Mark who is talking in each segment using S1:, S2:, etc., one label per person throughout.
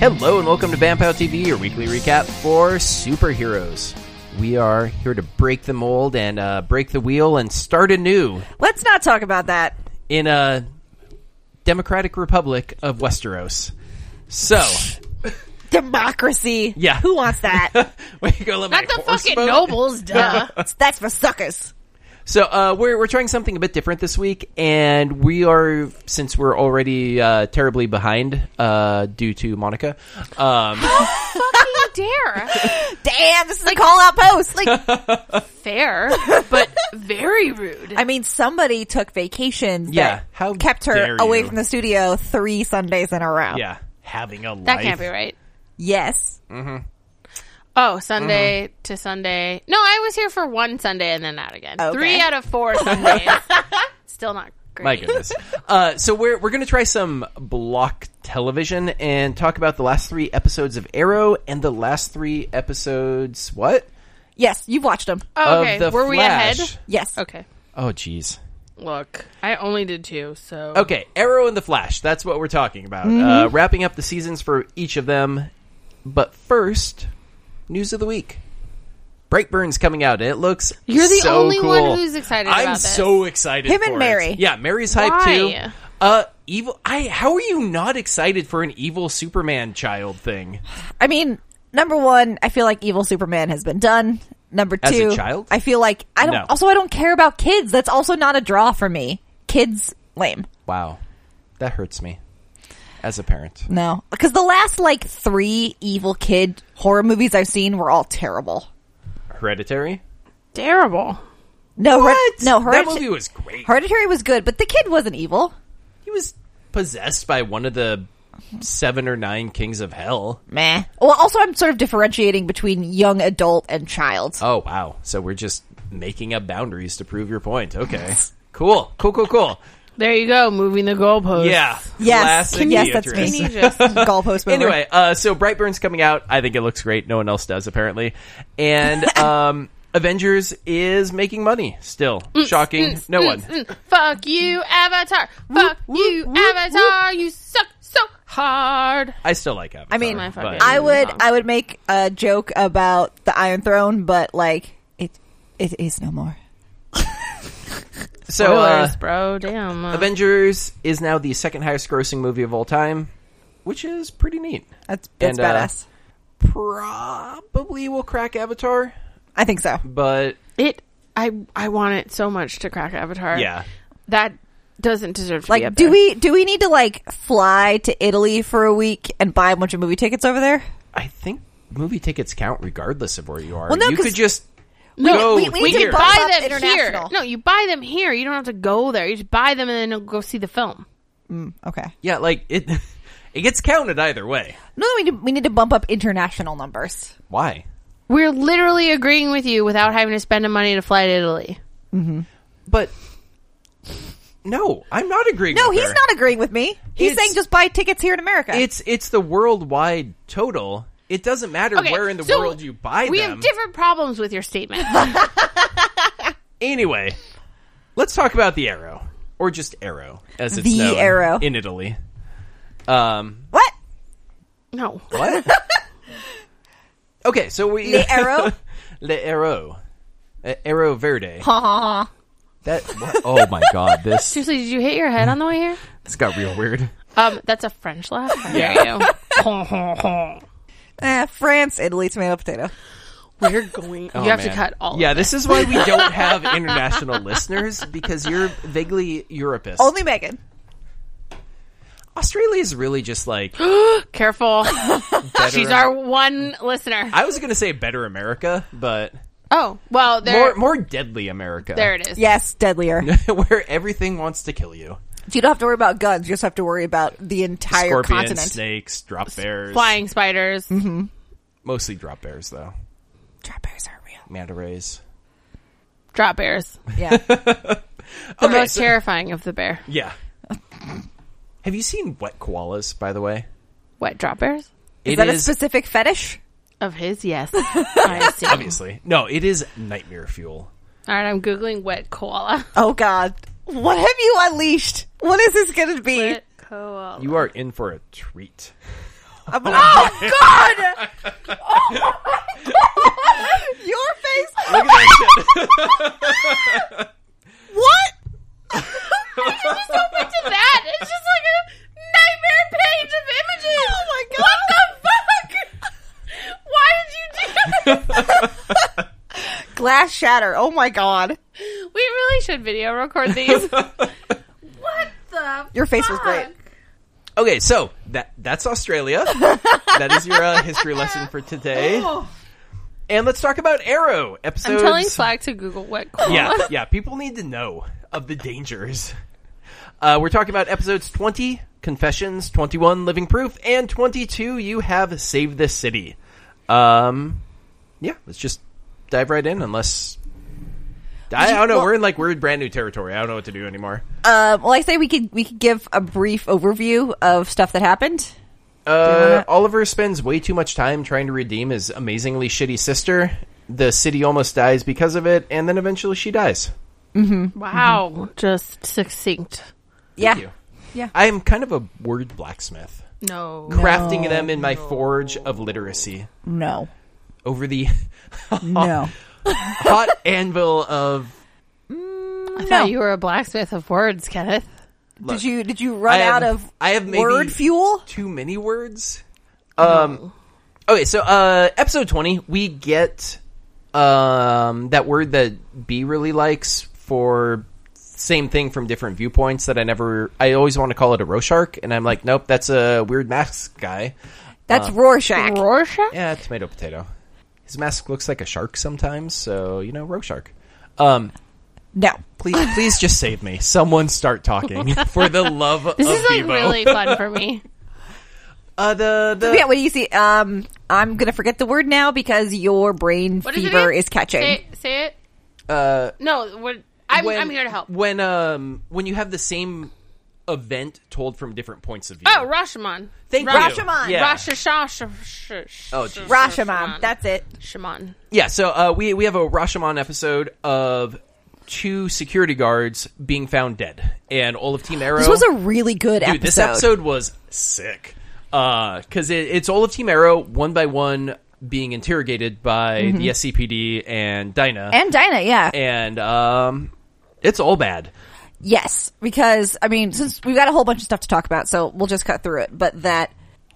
S1: Hello and welcome to Vampire TV, your weekly recap for superheroes. We are here to break the mold and uh, break the wheel and start anew
S2: Let's not talk about that.
S1: in a Democratic Republic of Westeros. So,
S2: Democracy.
S1: Yeah.
S2: Who wants that?
S1: way to go, let my
S3: Not the
S1: horse
S3: fucking
S1: vote.
S3: nobles, duh.
S2: That's for suckers.
S1: So uh, we're we're trying something a bit different this week, and we are since we're already uh, terribly behind uh, due to Monica. Um,
S3: How dare.
S2: Damn, this is a call out post. Like,
S3: Fair, but very rude.
S2: I mean, somebody took vacations.
S1: Yeah,
S2: that
S1: how
S2: kept her
S1: dare
S2: away
S1: you.
S2: from the studio three Sundays in a row.
S1: yeah, having a
S3: that
S1: life.
S3: can't be right.
S2: Yes.
S3: Oh, Sunday
S1: Mm-hmm.
S3: to Sunday. No, I was here for one Sunday and then out again.
S2: Okay.
S3: Three out of four Sundays. Still not great.
S1: My goodness. uh, so we're we're gonna try some block television and talk about the last three episodes of Arrow and the last three episodes what
S2: Yes, you've watched them.
S3: Oh, okay.
S1: of the
S3: Were we
S1: Flash.
S3: ahead?
S2: Yes.
S3: Okay.
S1: Oh, jeez.
S3: Look, I only did two, so
S1: Okay, Arrow and the Flash. That's what we're talking about.
S3: Mm-hmm.
S1: Uh, wrapping up the seasons for each of them. But first, news of the week. Brightburn's coming out, and it looks
S3: You're the
S1: so
S3: only
S1: cool.
S3: one who's excited
S1: I'm
S3: about this.
S1: so excited.
S2: Him and
S1: for it.
S2: Mary.
S1: Yeah, Mary's hype
S3: Why?
S1: too. Uh, evil. I. How are you not excited for an evil Superman child thing?
S2: I mean, number one, I feel like evil Superman has been done. Number
S1: As a
S2: two,
S1: child?
S2: I feel like I don't.
S1: No.
S2: Also, I don't care about kids. That's also not a draw for me. Kids, lame.
S1: Wow, that hurts me as a parent.
S2: No, because the last like three evil kid horror movies I've seen were all terrible.
S1: Hereditary.
S3: terrible.
S2: No, Hered- no,
S1: that
S2: Heredit-
S1: movie was great.
S2: Hereditary was good, but the kid wasn't evil.
S1: he was possessed by one of the seven or nine kings of hell.
S2: Meh. Well, also I'm sort of differentiating between young adult and child.
S1: Oh wow! So we're just making up boundaries to prove your point. Okay, cool, cool, cool, cool.
S3: There you go, moving the goalpost.
S1: Yeah,
S2: Yes.
S1: Classic
S2: Can you- yes, that's
S1: Beatrice.
S3: Can you just
S2: Goalpost mover.
S1: Anyway, uh, so Brightburn's coming out. I think it looks great. No one else does apparently, and um, Avengers is making money still.
S2: Mm,
S1: Shocking. No one.
S3: Mm, fuck you, Avatar. Fuck you, Avatar. You suck so hard.
S1: I still like Avatar.
S2: I mean,
S3: my
S1: but-
S3: fucking-
S2: I would
S3: Wrong.
S2: I would make a joke about the Iron Throne, but like it it is no more.
S1: so uh,
S3: Spoilers, bro. Damn. uh,
S1: Avengers is now the second highest grossing movie of all time, which is pretty neat.
S2: That's that's
S1: And, uh,
S2: badass.
S1: Probably will crack Avatar,
S2: I think so.
S1: but
S3: It. I. I want it so much to crack Avatar.
S1: yeah.
S3: That doesn't deserve to be
S2: Like,
S3: up
S2: do
S3: there.
S2: we do we need to like fly to Italy for a week and buy a bunch of movie tickets over there?
S1: I think movie tickets count regardless of where you are.
S2: Well, no,
S1: you
S2: 'cause
S1: could just
S3: No,
S1: go
S2: we- we need to
S1: here.
S2: buy- Bob
S3: buy them here.
S2: International.
S3: No, you buy them here. You don't have to go there. You just buy them and then go see the film.
S2: Okay.
S1: yeah, like it. It gets counted either way.
S2: No, we need, we need to bump up international numbers.
S1: Why?
S3: We're literally agreeing with you without having to spend the money to fly to Italy.
S1: But no, I'm not agreeing.
S2: No,
S1: with
S2: he's
S1: her.
S2: not agreeing with me. He's
S1: It's-
S2: saying just buy tickets here in America.
S1: It's it's the worldwide total. It doesn't matter
S3: Okay,
S1: where in the
S3: so
S1: world you buy
S3: We
S1: them.
S3: have different problems with your statement.
S1: anyway, let's talk about the arrow, or just arrow as it's
S2: The
S1: known
S2: Arrow.
S1: in Italy. Um,
S2: what?
S3: no.
S1: what? okay, so we
S2: The arrow?
S1: Le Arrow. Uh, Arrow Verde.
S2: Ha ha ha.
S1: That what? oh my god, this
S3: Seriously, did you hit your head on the way here?
S1: this got real weird.
S3: Um, that's a French laugh. How dare you? Hon, hon, hon.
S2: Eh, France, Italy, tomato, potato.
S3: We're going. you have to cut all.
S1: Oh, Yeah,
S3: Of
S1: this is why we don't have international listeners because you're vaguely Europist.
S2: Only Megan.
S1: Australia is really just like
S3: it. Careful.
S1: better.
S3: She's our one listener.
S1: I was gonna say better America, but
S3: Oh well, there.
S1: more more deadly America.
S3: there it is.
S2: Yes, deadlier.
S1: where everything wants to kill you.
S2: You don't have to worry about guns. You just have to worry about the entire
S1: Scorpions,
S2: continent.
S1: snakes, drop bears.
S3: Flying spiders.
S1: Mostly drop bears though.
S2: Drop bears are real.
S1: Manta rays.
S3: Drop bears.
S2: Yeah.
S3: The
S1: Okay,
S3: most
S1: so-
S3: terrifying of the bear.
S1: Yeah. Have you seen wet koalas, by the way?
S3: What drop bears?
S2: is
S1: It
S2: that a
S1: is-
S2: specific fetish?
S3: Of his, yes. I assume.
S1: obviously. No, it is nightmare fuel.
S3: All right, I'm googling wet koala.
S2: Oh, God. What have you unleashed? What is this going to be?
S3: Wet koala.
S1: You are in for a treat.
S2: I'm gonna- oh God! Oh, my God! Your face.
S1: Look at that shit.
S2: What?
S3: Open to that. It's just like a nightmare page of images. Oh my god! What the fuck? Why did you do that?
S2: Glass shatter. Oh my God!
S3: We really should video record these. what the?
S2: Your face was great.
S3: fuck?
S1: Okay, so that that's Australia. that is your uh, history lesson for today. And let's talk about Arrow
S3: I'm
S1: episodes.
S3: telling Slack to Google what. Koala.
S1: yeah, yeah. People need to know of the dangers. Uh, we're talking about episodes 20, Confessions, 21, Living Proof, and 22, You Have Saved This City. Um, yeah, let's just dive right in, unless. I, I don't know.
S2: Well-
S1: we're in like we're in brand new territory. I don't know what to do anymore.
S2: Um, well, I say we could we could give a brief overview of stuff that happened.
S1: Uh,
S2: wanna-
S1: Oliver spends way too much time trying to redeem his amazingly shitty sister. The city almost dies because of it, and then eventually she dies.
S3: Wow. Just succinct.
S2: Yeah.
S1: you.
S2: Yeah.
S1: I am kind of a word blacksmith,
S3: No.
S1: crafting them in my forge of literacy
S2: No.
S1: over the Oh,
S2: No.
S1: hot anvil of.
S3: I
S2: No.
S3: thought you were a blacksmith of words, Kenneth.
S1: Look,
S2: did you did you run
S1: I have-
S2: out of
S1: I have maybe-
S2: word fuel?
S1: too many words. Um, okay, so uh, episode twenty, we get um, that word that B really likes for same thing from different viewpoints that I never. I always want to call it a Rorschach, and I'm like, nope, that's a weird mask guy. Uh,
S2: That's Rorschach.
S3: Rorschach?
S1: Yeah, tomato potato. His mask looks like a shark sometimes, so you know, Rorschach. Um,
S2: no.
S1: please, please just save me. Someone start talking for the love
S3: This
S1: of
S3: is like
S1: Bebo.
S3: really fun for me.
S1: uh, the the
S2: Yeah, what do you see? Um, I'm gonna forget the word now because your brain
S3: What is it
S2: fever
S3: again?
S2: is catching.
S3: Say it. Say it.
S1: uh,
S3: No, what, I'm,
S1: when-
S3: I'm here to help.
S1: When um when you have the same event told from different points of view.
S3: Oh, Rashomon.
S1: Thank
S3: Ra-
S1: you.
S2: Rashomon.
S1: Yeah.
S3: Rashashashash.
S1: Oh, geez.
S2: Rashomon. That's it.
S3: Shaman.
S1: Yeah, so uh, we we have a Rashomon episode of two security guards being found dead, and all of Team Arrow.
S2: This was a really good
S1: Dude,
S2: episode.
S1: this episode was sick because it, it's all of Team Arrow one by one being interrogated by
S3: Mm-hmm.
S1: the SCPD and Dinah,
S2: and Dinah, yeah,
S1: and um, it's all bad.
S2: yes, because I mean, since we've got a whole bunch of stuff to talk about, so we'll just cut through it. But that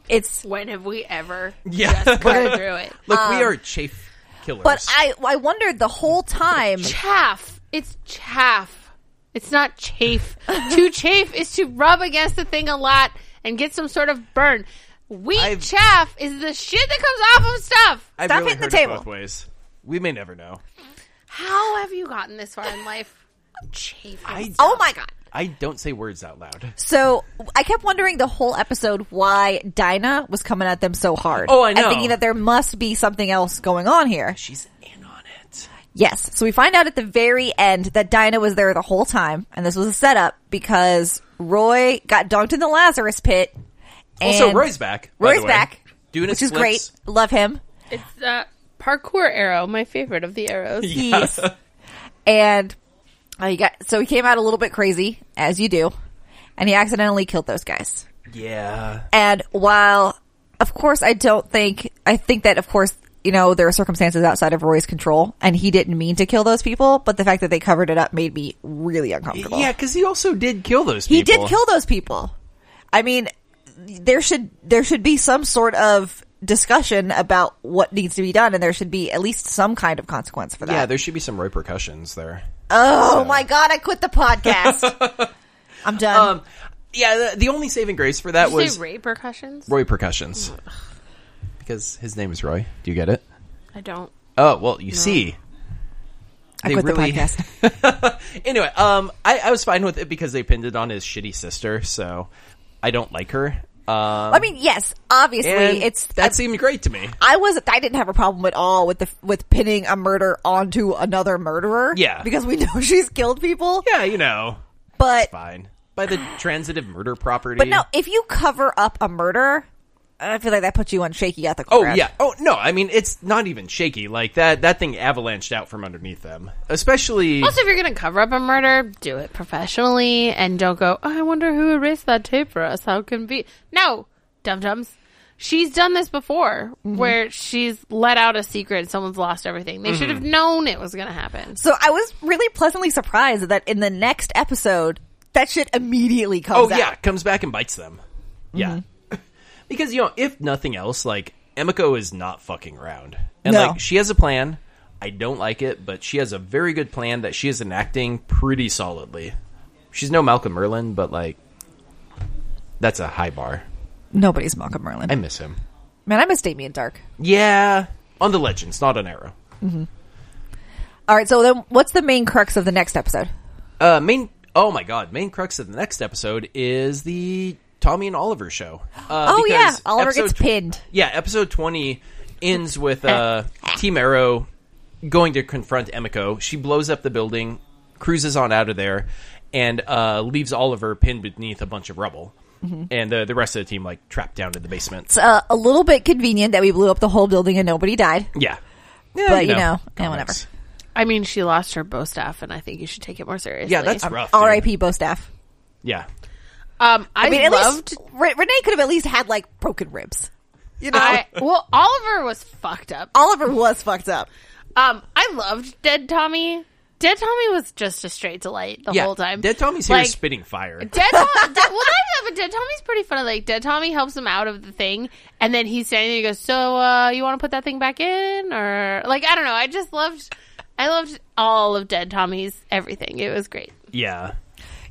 S2: it's
S3: When have we ever
S1: Yeah.
S3: just gone through it?
S1: Look, we are chafe killers.
S2: Um, But I I wondered the whole time.
S3: Chaff. It's chaff. It's not chafe. to chafe is to rub against the thing a lot and get some sort of burn. Wheat
S1: I've-
S3: chaff is the shit that comes off of stuff.
S1: I've
S2: Stop
S1: really
S2: hitting the
S1: heard it
S2: table.
S1: both ways. We may never know.
S3: How have you gotten this far in life? Chafe.
S1: I-
S2: Oh my god.
S1: I don't say words out loud.
S2: So I kept wondering the whole episode why Dinah was coming at them so hard.
S1: Oh, I know.
S2: And thinking that there must be something else going on here.
S1: She's in on it.
S2: Yes. So we find out at the very end that Dinah was there the whole time, and this was a setup because Roy got dunked in the Lazarus pit.
S1: Also,
S2: and
S1: Roy's back. by
S2: Roy's
S1: the way.
S2: back,
S1: doing his
S2: which is
S1: flips.
S2: great. Love him.
S3: It's uh, parkour arrow, my favorite of the arrows.
S2: Yes. and uh, he got so he came out a little bit crazy, as you do, and he accidentally killed those guys.
S1: Yeah,
S2: And while, of course, I don't think, I think that, of course, you know, there are circumstances outside of Roy's control and he didn't mean to kill those people, but the fact that they covered it up made me really uncomfortable.
S1: yeah, because he also did kill those.
S2: He
S1: people.
S2: did kill those people. I mean, there should, there should be some sort of discussion about what needs to be done and there should be at least some kind of consequence for that.
S1: Yeah, there should be some repercussions there.
S2: oh my God, I quit the podcast. I'm done.
S1: Um, yeah, the, the only saving grace for that
S3: Did you
S1: was
S3: say ray percussions?
S1: Roy percussions, because his name is Roy. Do you get it?
S3: I don't.
S1: Oh well, you see.
S2: I
S1: they
S2: quit
S1: really-
S2: the podcast.
S1: Anyway, um, I, I was fine with it because they pinned it on his shitty sister, so I don't like her. Um,
S2: I mean, yes, obviously
S1: and
S2: it's,
S1: that seemed great to me.
S2: I was I didn't have a problem at all with the with pinning a murder onto another murderer.
S1: Yeah.
S2: because we know she's killed people.
S1: Yeah, you know,
S2: but
S1: fine by the transitive murder property.
S2: but no, if you cover up a murder, I feel like that puts you on shaky ethical.
S1: Oh
S2: ground.
S1: yeah. Oh no. I mean, it's not even shaky. Like that. That thing avalanched out from underneath them. Especially.
S3: Also, if you're going to cover up a murder, do it professionally and don't go, oh, I wonder who erased that tape for us. How can be? No, dum dums. she's done this before where she's let out a secret and someone's lost everything. They should have known it was going to happen.
S2: So I was really pleasantly surprised that in the next episode, that shit immediately comes
S1: Oh
S2: out.
S1: yeah, comes back and bites them. Yeah, because you know, if nothing else, like Emiko is not fucking around, and
S2: No.
S1: like she has a plan. I don't like it, but she has a very good plan that she is enacting pretty solidly. She's no Malcolm Merlin, but like that's a high bar.
S2: Nobody's Malcolm Merlin.
S1: I miss him.
S2: Man, I miss Damien Dark.
S1: Yeah, on the Legends, not on Arrow.
S2: All right, so then what's the main crux of the next episode?
S1: Uh, main. Oh my god, main crux of the next episode is the Tommy and Oliver show. Uh,
S2: Oh, yeah,
S1: because
S2: Oliver gets
S1: episode tw-
S2: pinned.
S1: Yeah, episode twenty ends with uh, Team Arrow going to confront Emiko. She blows up the building, cruises on out of there, and uh, leaves Oliver pinned beneath a bunch of rubble.
S2: Mm-hmm.
S1: And uh, the the rest of the team like trapped down in the basement.
S2: It's uh, a little bit convenient that we blew up the whole building and nobody died.
S1: Yeah,
S2: But, you know, yeah, whatever.
S1: comics.
S3: I mean, she lost her bow staff and I think you should take it more seriously.
S1: Yeah, that's rough. dude.
S2: R.I.P. Bo Staff.
S1: Yeah,
S3: Um, I,
S2: I mean, at
S3: loved.
S2: least Re- Renee could have at least had like broken ribs. You know,
S3: I, well, Oliver was fucked up.
S2: Oliver was fucked up.
S3: Um, I loved Dead Tommy. Dead Tommy was just a straight delight the
S1: yeah.
S3: whole time.
S1: Dead Tommy's here
S3: Like,
S1: spitting fire.
S3: Dead Tommy. dead, well, not even, but Dead Tommy's pretty funny. Like Dead Tommy helps him out of the thing, and then he's standing there. He goes, "So, uh, you want to put that thing back in, or like I don't know." I just loved. I loved all of Dead Tommy's everything. It was great.
S1: yeah,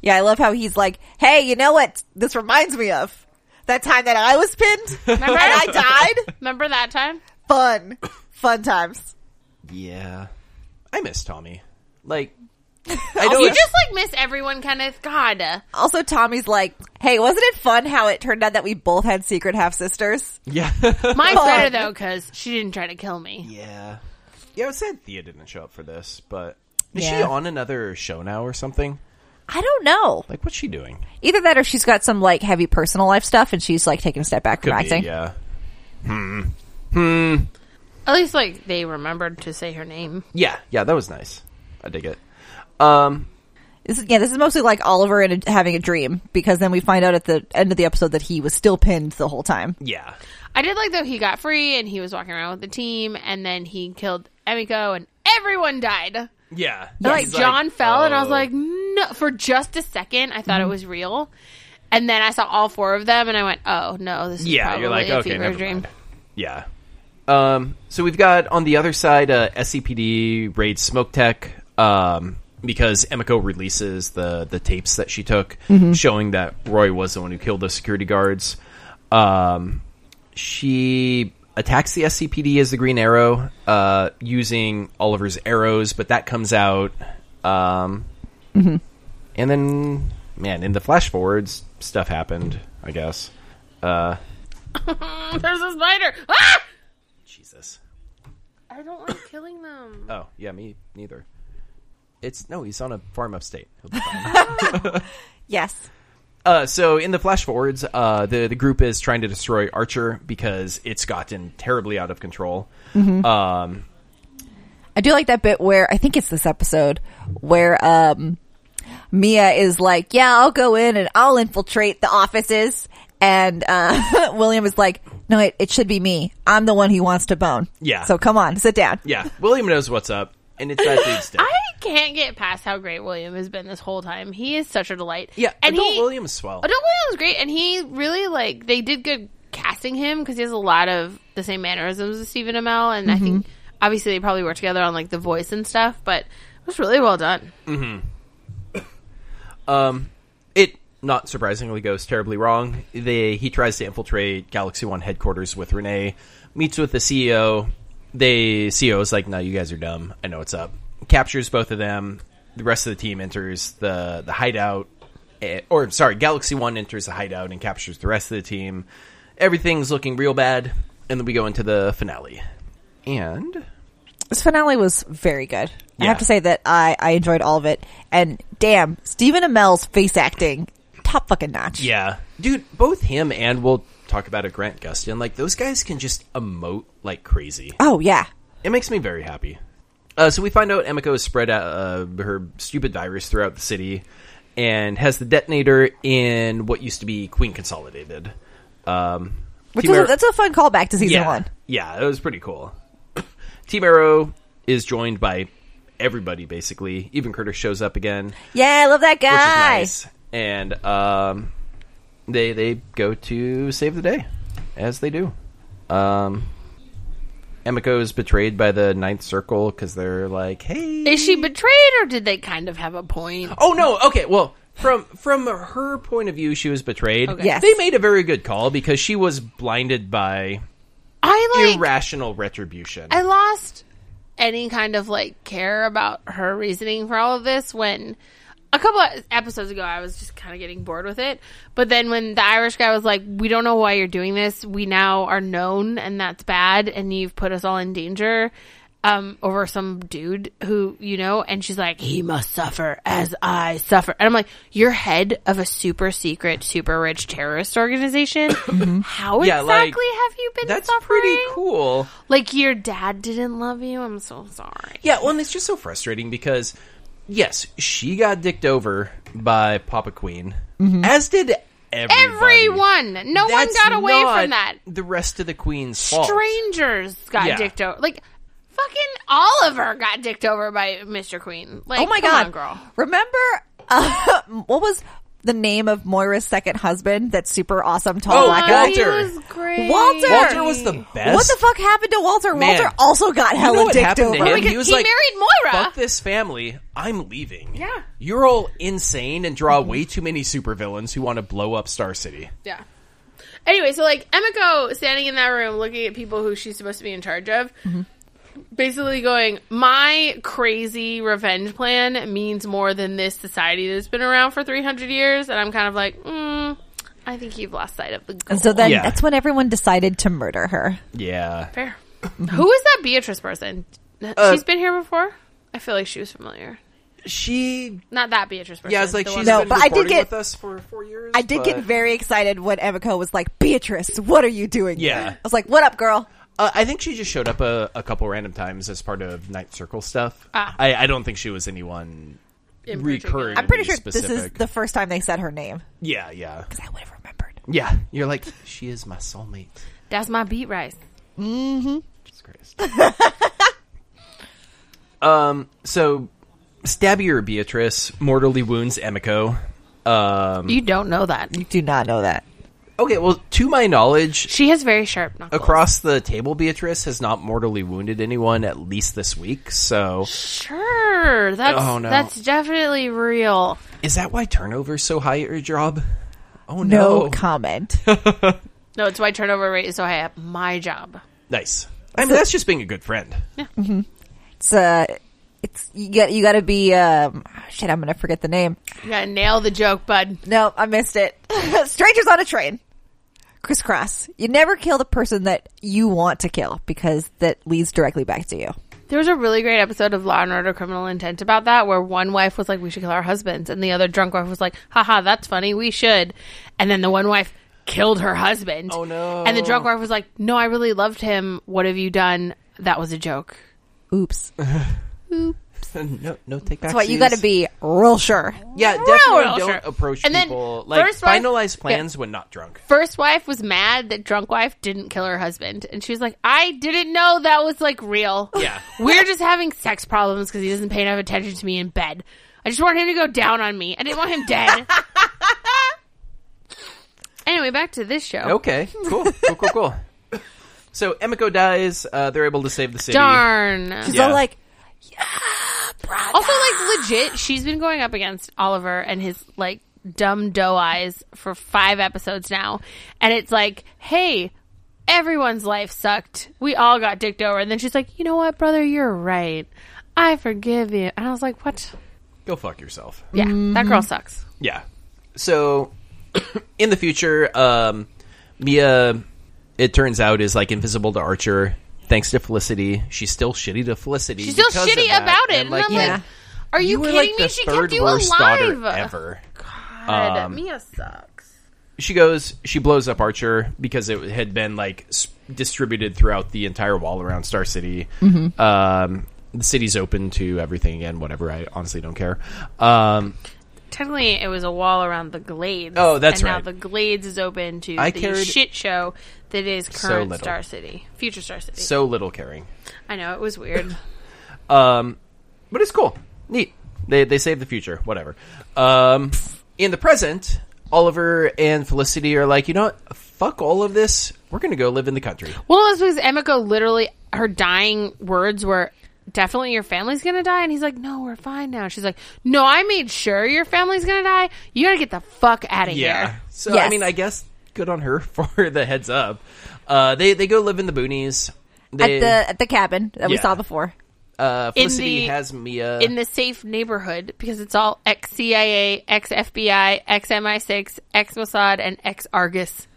S2: Yeah, I love how he's like, "Hey, you know what? This reminds me of that time that I was pinned and
S3: Remember,
S2: I died.
S3: Remember that time?
S2: Fun, fun times."
S1: Yeah. I miss Tommy. Like, I know
S3: You
S1: it's-
S3: just like miss everyone, Kenneth. God, uh,
S2: Also, Tommy's like, "Hey, wasn't it fun how it turned out that we both had secret half sisters?"
S1: yeah.
S3: mine's
S2: God.
S3: better though because she didn't try to kill me.
S1: yeah. Yeah, it said Thea didn't show up for this, but is she
S2: Yeah.
S1: on another show now or something?
S2: I don't know.
S1: Like, what's she doing?
S2: Either that, or she's got some like heavy personal life stuff, and she's like taking a step back from
S1: Could be,
S2: acting.
S1: yeah.
S3: At least like they remembered to say her name.
S1: Yeah, yeah, that was nice. I dig it. Um,
S2: This is, yeah, this is mostly like Oliver and having a dream because then we find out at the end of the episode that he was still pinned the whole time.
S1: yeah.
S3: I did like though he got free and he was walking around with the team, and then he killed Emiko, and everyone died.
S1: Yeah.
S3: Like
S1: He's
S3: John fell, and I was
S1: oh. Mhm.
S3: like, no. For just a second, I thought it was real, and then I saw all four of them, and I went, oh no, this is
S1: yeah,
S3: probably
S1: you're like,
S3: a
S1: okay,
S3: fever
S1: never
S3: dream.
S1: mind. Yeah. Um, so we've got on the other side uh, SCPD raids Smoke Tech um, because Emiko releases the the tapes that she took,
S3: Mm-hmm.
S1: showing that Roy was the one who killed the security guards. Um, she attacks the SCPD as the Green Arrow uh, using Oliver's arrows, but that comes out. Um,
S3: Mm-hmm.
S1: And then, man, in the flash forwards, stuff happened. I guess.
S3: There's a spider. Ah!
S1: Jesus.
S3: I don't like killing them.
S1: Oh, yeah, me neither. It's no, he's on a farm upstate. He'll be fine.
S2: Yes.
S1: uh, so in the flash forwards, uh, the the group is trying to destroy Archer because it's gotten terribly out of control. Um,
S2: I do like that bit where I think it's this episode where um Mia is like, "Yeah, I'll go in and I'll infiltrate the offices." And uh William is like, "No, it, it should be me. I'm the one who wants to bone."
S1: Yeah.
S2: So come on, sit down.
S1: yeah, William knows what's up, and it's that dude's death.
S3: I can't get past how great William has been this whole time. He is such a delight.
S1: yeah,
S3: and
S1: adult
S3: he,
S1: William's swell.
S3: Adult William's great, and he really like they did good casting him because he has a lot of the same mannerisms as Stephen Amell, and I think obviously they probably work together on like the voice and stuff, but it was really well done.
S1: it not surprisingly goes terribly wrong. They he tries to infiltrate Galaxy One headquarters with Renee, meets with the CEO. The CEO is like, "No, you guys are dumb. I know what's up." Captures both of them. The rest of the team enters the the hideout, eh, or sorry, Galaxy One enters the hideout and captures the rest of the team. Everything's looking real bad, and then we go into the finale. And
S2: This finale was very good. I
S1: Yeah.
S2: have to say that I I enjoyed all of it. And damn, Stephen Amell's face acting top fucking notch.
S1: Yeah, dude, both him and we'll talk about it, Grant Gustin. Like those guys can just emote like crazy.
S2: Oh yeah.
S1: It makes me very happy. Uh, so we find out Emiko has spread uh, her stupid virus throughout the city and has the detonator in what used to be Queen Consolidated. Um,
S2: Which
S1: Team
S2: is a,
S1: Arrow-
S2: that's a fun callback to season
S1: yeah,
S2: one.
S1: yeah, it was pretty cool. Team Arrow is joined by everybody basically. Even Curtis shows up again, which
S2: Yeah, I love that
S1: is
S2: guy.
S1: nice. And um, they they go to save the day, as they do. Um, Emiko is betrayed by the Ninth Circle because they're like, "Hey,
S3: Is she betrayed or did they kind of have a point?
S1: Oh no, okay. Well, from from her point of view, she was betrayed.
S2: Yes.
S1: They made a very good call because she was blinded by
S3: I like
S1: irrational retribution.
S3: I lost any kind of like care about her reasoning for all of this when a couple of episodes ago I was just kind of getting bored with it. But then when the Irish guy was like, "We don't know why you're doing this. We now are known and that's bad and you've put us all in danger." Um, over some dude who you know, and she's like, "He must suffer as I suffer," and I'm like, "You're head of a super secret, super rich terrorist organization. How
S1: Mm-hmm. Yeah,
S3: exactly
S1: like,
S3: have you been?
S1: That's
S3: suffering?
S1: pretty cool.
S3: Like your dad didn't love you. I'm so sorry.
S1: Yeah, well, and it's just so frustrating because yes, she got dicked over by Papa Queen, as did everybody.
S3: Mm-hmm. Everyone, no
S1: That's
S3: one got away
S1: not
S3: from that.
S1: The rest of the Queen's fault.
S3: Strangers got
S1: Yeah.
S3: dicked over. Like fucking Oliver got dicked over by Mr. Queen. Like,
S2: Oh my
S3: come
S2: god,
S3: on, girl.
S2: Remember uh, what was the name of Moira's second husband? That super awesome tall
S1: Oh,
S2: black
S1: Walter.
S2: guy.
S3: He was great.
S2: Walter!
S1: Walter was the best.
S2: What the fuck happened to Walter?
S1: Man.
S2: Walter also got
S1: You know
S2: hella
S1: what
S2: dicked
S1: happened to
S2: over.
S1: him?
S3: Because
S1: he was
S3: he
S1: like,
S3: married Moira.
S1: Fuck this family. I'm leaving.
S3: Yeah.
S1: You're all insane and draw way too many supervillains who want to blow up Star City.
S3: Yeah. Anyway, so like Emiko standing in that room looking at people who she's supposed to be in charge of, basically going, My crazy revenge plan means more than this society that's been around for 300 years. And I'm kind of like, mm, I think you've lost sight of the goal.
S2: And so then
S1: Yeah.
S2: that's when everyone decided to murder her.
S1: Yeah.
S3: Fair. Who is that Beatrice person?
S1: Uh,
S3: she's been here before? I feel like she was familiar.
S1: She
S3: Not that Beatrice person.
S1: Yeah, it's like
S3: the
S1: she's
S3: one-
S2: No,
S1: been
S2: but I did
S1: recording
S2: get-
S1: with us for four years.
S2: I did get
S1: but-
S2: very excited when Emiko was like, Beatrice, what are you doing? here?"
S1: Yeah.
S2: I was like, what up, girl?
S1: Uh, I think she just showed up a, a couple random times as part of Night Circle stuff.
S3: Ah.
S1: I, I don't think she was anyone
S3: in particular.
S1: recurring.
S2: I'm pretty sure
S1: specific.
S2: this is the first time they said her name.
S1: yeah, yeah,
S2: 'Cause I would have remembered.
S1: yeah. You're like she is my soulmate.
S3: That's my beat rice.
S1: Jesus Christ. um. So, Stabbier Beatrice mortally wounds Emiko. Um.
S3: You don't know that.
S2: You do not know that.
S1: Okay. Well, to my knowledge,
S3: She has very sharp knuckles.
S1: across the table, Beatrice has not mortally wounded anyone at least this week. So,
S3: Sure, that's
S1: Oh, no.
S3: that's definitely real.
S1: is that why turnover's so high at your job? Oh
S2: No
S1: no!
S2: comment.
S3: No, it's why turnover rate is so high at my job.
S1: nice. I mean, that's just being a good friend.
S2: It's uh it's you got you gotta be um shit, I'm gonna forget the name.
S3: You gotta nail the joke, bud.
S2: No, I missed it. Strangers on a train. Crisscross. You never kill the person that you want to kill because that leads directly back to you.
S3: There was a really great episode of Law and Order: Criminal Intent about that, where one wife was like, "We should kill our husbands," and the other drunk wife was like, "Haha, that's funny. We should." And then the one wife killed her husband.
S1: Oh, no.
S3: And the drunk wife was like, "No, I really loved him. What have you done? That was a joke."
S2: Oops. That's
S1: no, no take back.
S2: what you gotta be real sure.
S1: Yeah,
S3: Real,
S1: definitely
S3: real
S1: don't
S3: sure.
S1: approach
S3: And then
S1: people like
S3: first wife-
S1: finalize plans when not drunk.
S3: first wife was mad that drunk wife didn't kill her husband and she was like i didn't know that was like real
S1: Yeah.
S3: we're just having sex problems because he doesn't pay enough attention to me in bed i just want him to go down on me i didn't want him dead anyway back to this show
S1: Okay, cool, cool, cool, cool. So Emiko dies. Uh, they're able to save the city.
S3: darn
S2: She's
S1: Yeah.
S2: all like
S3: also like legit she's been going up against oliver and his like dumb doe eyes for five episodes now and it's like hey everyone's life sucked we all got dicked over and then she's like you know what brother you're right i forgive you and i was like what
S1: Go fuck yourself.
S3: yeah that girl sucks
S1: Yeah. So in the future, um, Mia, it turns out, is like invisible to Archer. Thanks to Felicity, she's still shitty to Felicity.
S3: she's still
S1: because of
S3: shitty
S1: that.
S3: about it and, i'm
S1: yeah.
S3: like are you,
S1: were,
S3: kidding
S1: like,
S3: me
S1: the
S3: she
S1: third
S3: kept you
S1: worst daughter
S3: alive
S1: ever. Um,
S3: God, mia sucks
S1: she goes she blows up archer because it had been like s- distributed throughout the entire wall around star city um, the city's open to everything again whatever i honestly don't care um,
S3: technically it was a wall around the glades.
S1: Oh, that's
S3: and
S1: right.
S3: Now the glades is open to
S1: I
S3: the
S1: cared
S3: shit show that is
S1: so
S3: current
S1: little.
S3: Star City, future Star City.
S1: So little caring.
S3: I know it was weird.
S1: Um, but it's cool, neat. They they save the future, whatever. Um, in the present, Oliver and Felicity are like, you know what? Fuck all of this. We're gonna go live in the country.
S3: well, it's because Emiko literally her dying words were. Definitely, your family's gonna die, and he's like, "No, we're fine now." She's like, "No, I made sure your family's gonna die. You gotta get the fuck out of here."
S1: So I
S2: Yes.
S1: mean, I guess good on her for the heads up. Uh, they they go live in the boonies. They,
S2: at the at the cabin that we
S1: Yeah.
S2: saw before.
S1: uh, Felicity
S3: the-
S1: has Mia.
S3: in the safe neighborhood because it's all ex CIA, ex FBI, ex MI6, ex Mossad, and ex Argus.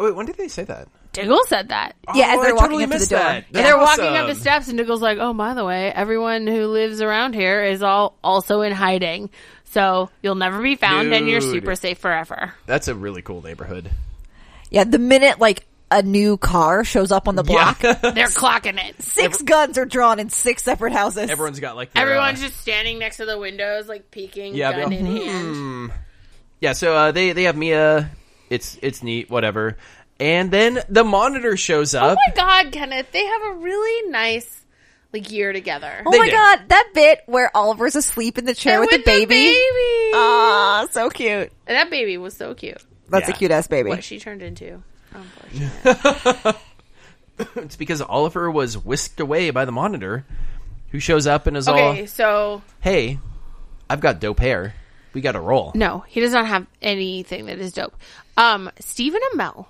S1: oh, wait, when did they say that?
S3: Diggle said that.
S2: Yeah, as
S1: Oh, I
S2: they're walking
S1: totally
S2: up to the
S1: missed
S2: door.
S1: that.
S2: Yeah.
S1: That's
S3: They're walking up the
S1: awesome.
S3: steps, and Diggle's like, "Oh, by the way, everyone who lives around here is all also in hiding, so you'll never be found, and you're
S1: Dude.
S3: super safe forever."
S1: That's a really cool neighborhood.
S2: Yeah, the minute like a new car shows up on the block,
S1: Yeah.
S3: They're clocking it.
S2: six guns are drawn in six separate houses.
S1: Everyone's got like their,
S3: Everyone's
S1: uh,
S3: just standing next to the windows, like peeking,
S1: Yeah, Hmm.
S3: gun
S1: they'll-
S3: in hand.
S1: yeah. So uh, they they have Mia. It's it's neat, whatever. And then the monitor shows
S3: Oh
S1: up.
S3: my god, Kenneth! They have a really nice like year together.
S2: oh
S1: They
S2: my
S1: did.
S2: god, that bit where Oliver's asleep in the chair with, the baby.
S3: baby.
S1: Oh.
S2: Ah, so cute.
S3: And that baby was so cute.
S2: That's
S1: Yeah.
S2: a cute ass baby.
S3: What she turned into. Unfortunately.
S1: It's because Oliver was whisked away by the monitor, who shows up and is
S3: Okay,
S1: all,
S3: so
S1: "Hey, I've got dope hair. We got to roll."
S3: no, he does not have anything that is dope. Um, Stephen Amell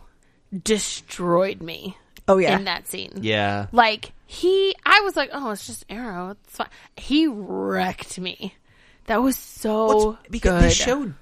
S3: destroyed me
S2: Oh yeah.
S3: in that scene.
S1: Yeah.
S3: Like he, I was like, oh, it's just Arrow. It's fine. He wrecked me. That was so
S1: Well, it's because
S3: good.
S1: the show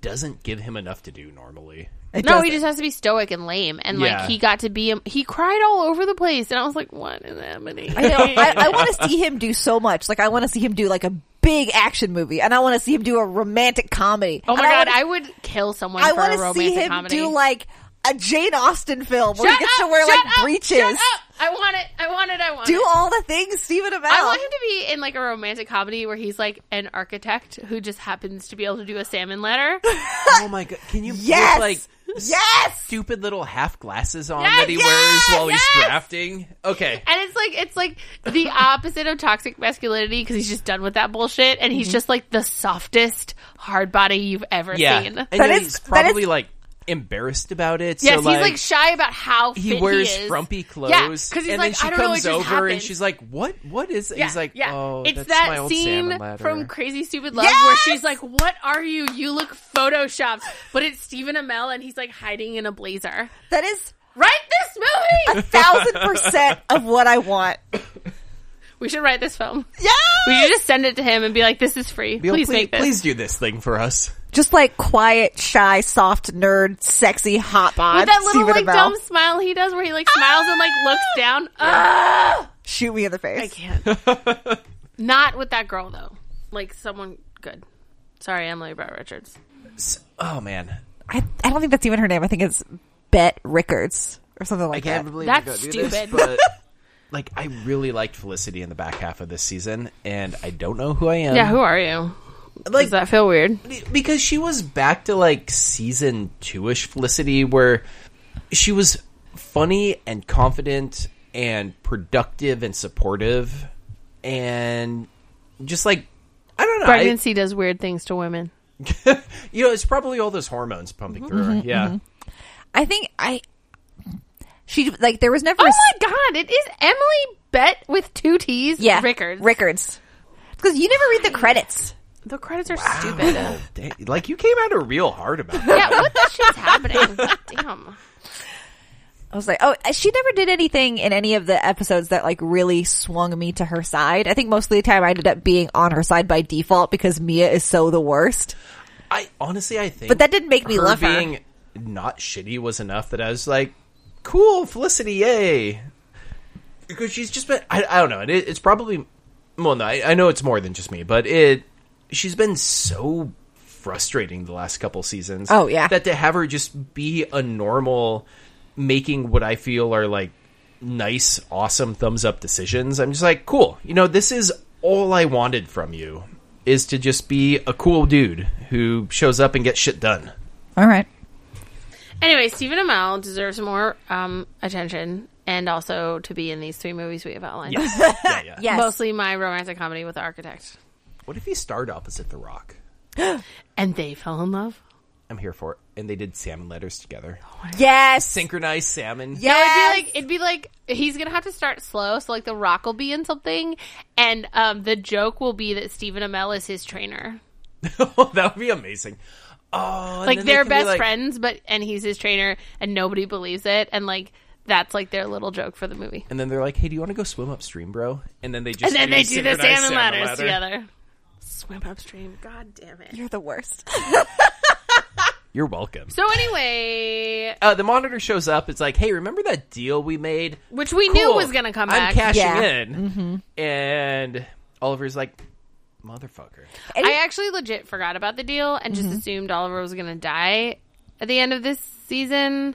S1: doesn't give him enough to do normally.
S2: It
S3: no,
S2: does
S3: he
S2: it.
S3: just has to be stoic and lame, and
S1: Yeah.
S3: like he got to be. A, he cried all over the place, and I was like, "What is happening?"
S2: I know. I, I want to see him do so much. Like I want to see him do like a big action movie, and I want to see him do a romantic comedy.
S3: Oh my
S2: And
S3: god,
S2: I
S3: I would kill someone
S2: wanna-
S3: for
S2: I
S3: a
S2: want to see
S3: romantic
S2: him
S3: comedy.
S2: do like a Jane Austen film where
S3: Shut
S2: he gets
S3: up,
S2: to wear
S3: shut
S2: like
S3: up, shut
S2: breeches,
S3: up. I want it. I want it. I want
S2: do
S3: it.
S2: all the things Stephen Amell.
S3: I want him to be in like a romantic comedy where he's like an architect who just happens to be able to do a salmon ladder.
S1: oh my god! Can you
S2: Yes.
S1: with, like
S2: yes.
S1: stupid little half glasses on
S3: Yes,
S1: that he
S3: yes,
S1: wears while
S3: yes.
S1: he's drafting? Okay.
S3: And it's like it's like the opposite of toxic masculinity because he's just done with that bullshit and
S2: Mm-hmm.
S3: he's just like the softest hard body you've ever
S1: Yeah,
S3: seen.
S1: and
S2: That
S1: yet
S2: is-
S1: he's
S2: that is-
S1: probably like embarrassed about it.
S3: yes,
S1: so,
S3: he's like shy about how
S1: he
S3: fit
S1: wears
S3: he is.
S1: frumpy clothes.
S3: Yeah, because he's
S1: and then
S3: like,
S1: she
S3: I don't know, it
S1: comes
S3: just
S1: over
S3: happened.
S1: and she's like, "What? What is?"
S3: Yeah,
S1: he's like,
S3: yeah.
S1: "Oh,
S3: it's
S1: that's
S3: that
S1: my old
S3: scene
S1: salmon ladder."
S3: from Crazy Stupid Love
S2: Yes!
S3: where she's like, "What are you? You look photoshopped." But it's Stephen Amell, and he's like hiding in a blazer.
S2: That is
S3: Write this movie.
S2: thousand percent of what I want.
S3: we should write this film.
S2: Yeah.
S3: We should just send it to him and be like, "This is free.
S1: Bill,
S3: please, make this."
S1: please do this thing for us.
S2: Just like quiet, shy, soft nerd, sexy, hot bod.
S3: With that little
S2: Stephen
S3: like
S2: Amell.
S3: dumb smile he does, where he like smiles and like looks down. Ah!
S2: shoot me in the face.
S3: I can't. Not with that girl though. Like someone good. Sorry, Emily Brett Richards.
S1: S- Oh man,
S2: I, I don't think that's even her name. I think it's Bet Rickards or something
S1: I
S2: like
S1: can't
S2: that.
S1: believe
S3: That's
S1: we got to do this,
S3: stupid.
S1: but like, I really liked Felicity in the back half of this season, and I don't know who I am.
S3: Yeah, who are you?
S1: Um, like
S3: Does that feel weird?
S1: because she was back to like season two ish Felicity, where she was funny and confident and productive and supportive, and just like I don't know, I,
S3: Pregnancy does weird things to women.
S1: you know, it's probably all those hormones
S3: Mm-hmm,
S1: pumping through her. Yeah,
S2: I think I. She like there was never.
S3: Oh
S2: a s-
S3: my god, it is Emily Bet with two T's.
S2: yeah,
S3: Rickards.
S2: Rickards. Because you never read the credits.
S3: The credits are stupid.
S1: Oh, dang. like you came out of real hard about that.
S3: yeah, what the shit's happening? Damn.
S2: I was like, oh, she never did anything in any of the episodes that like really swung me to her side. I think most of the time I ended up being on her side by default because Mia is so the worst.
S1: I honestly, I think,
S2: But that didn't make me
S1: her
S2: love her.
S1: being not shitty was enough that I was like, cool, Felicity, yay! Because she's just been, I, I don't know, and it, it's probably, well, no, I, I know it's more than just me, but it, she's been so frustrating the last couple seasons.
S2: Oh, yeah.
S1: That to have her just be a normal, making what I feel are like nice, awesome thumbs up decisions, I'm just like, cool, you know, this is all I wanted from you. is to just be a cool dude who shows up and gets shit done.
S2: All right.
S3: Anyway, Stephen Amell deserves more um, attention and also to be in these three movies we have outlined.
S1: Yes. yeah, yeah.
S2: Yes.
S3: Mostly my romantic comedy with the architect.
S1: What if he starred opposite The Rock?
S3: And they fell in love.
S1: I'm here for it. And they did salmon letters together.
S2: Oh. yes.
S1: Synchronized salmon.
S2: Yes.
S3: It'd be like it'd be like he's gonna have to start slow, so like the rock will be in something and um, the joke will be that Stephen Amell is his trainer.
S1: that would be amazing. Oh, and
S3: Like
S1: then they
S3: they're
S1: could be
S3: best
S1: like-
S3: friends, but and he's his trainer and nobody believes it and like that's like their little joke for the movie.
S1: And then they're like, "Hey, do you want to go swim upstream, bro?" And then they just
S3: And then they do the
S1: synchronized
S3: salmon ladders
S1: ladder.
S3: together. Swim upstream. God damn it.
S2: You're the worst.
S1: You're welcome.
S3: So anyway,
S1: Uh, the monitor shows up. It's like, "Hey, remember that deal we made?
S3: which we knew
S1: Cool.
S3: was gonna come
S1: I'm
S3: back.
S1: cashing
S2: Yeah.
S1: in." And Oliver's like, "Motherfucker."
S3: I actually legit forgot about the deal and
S1: Mm-hmm.
S3: just assumed Oliver was going to die at the end of this season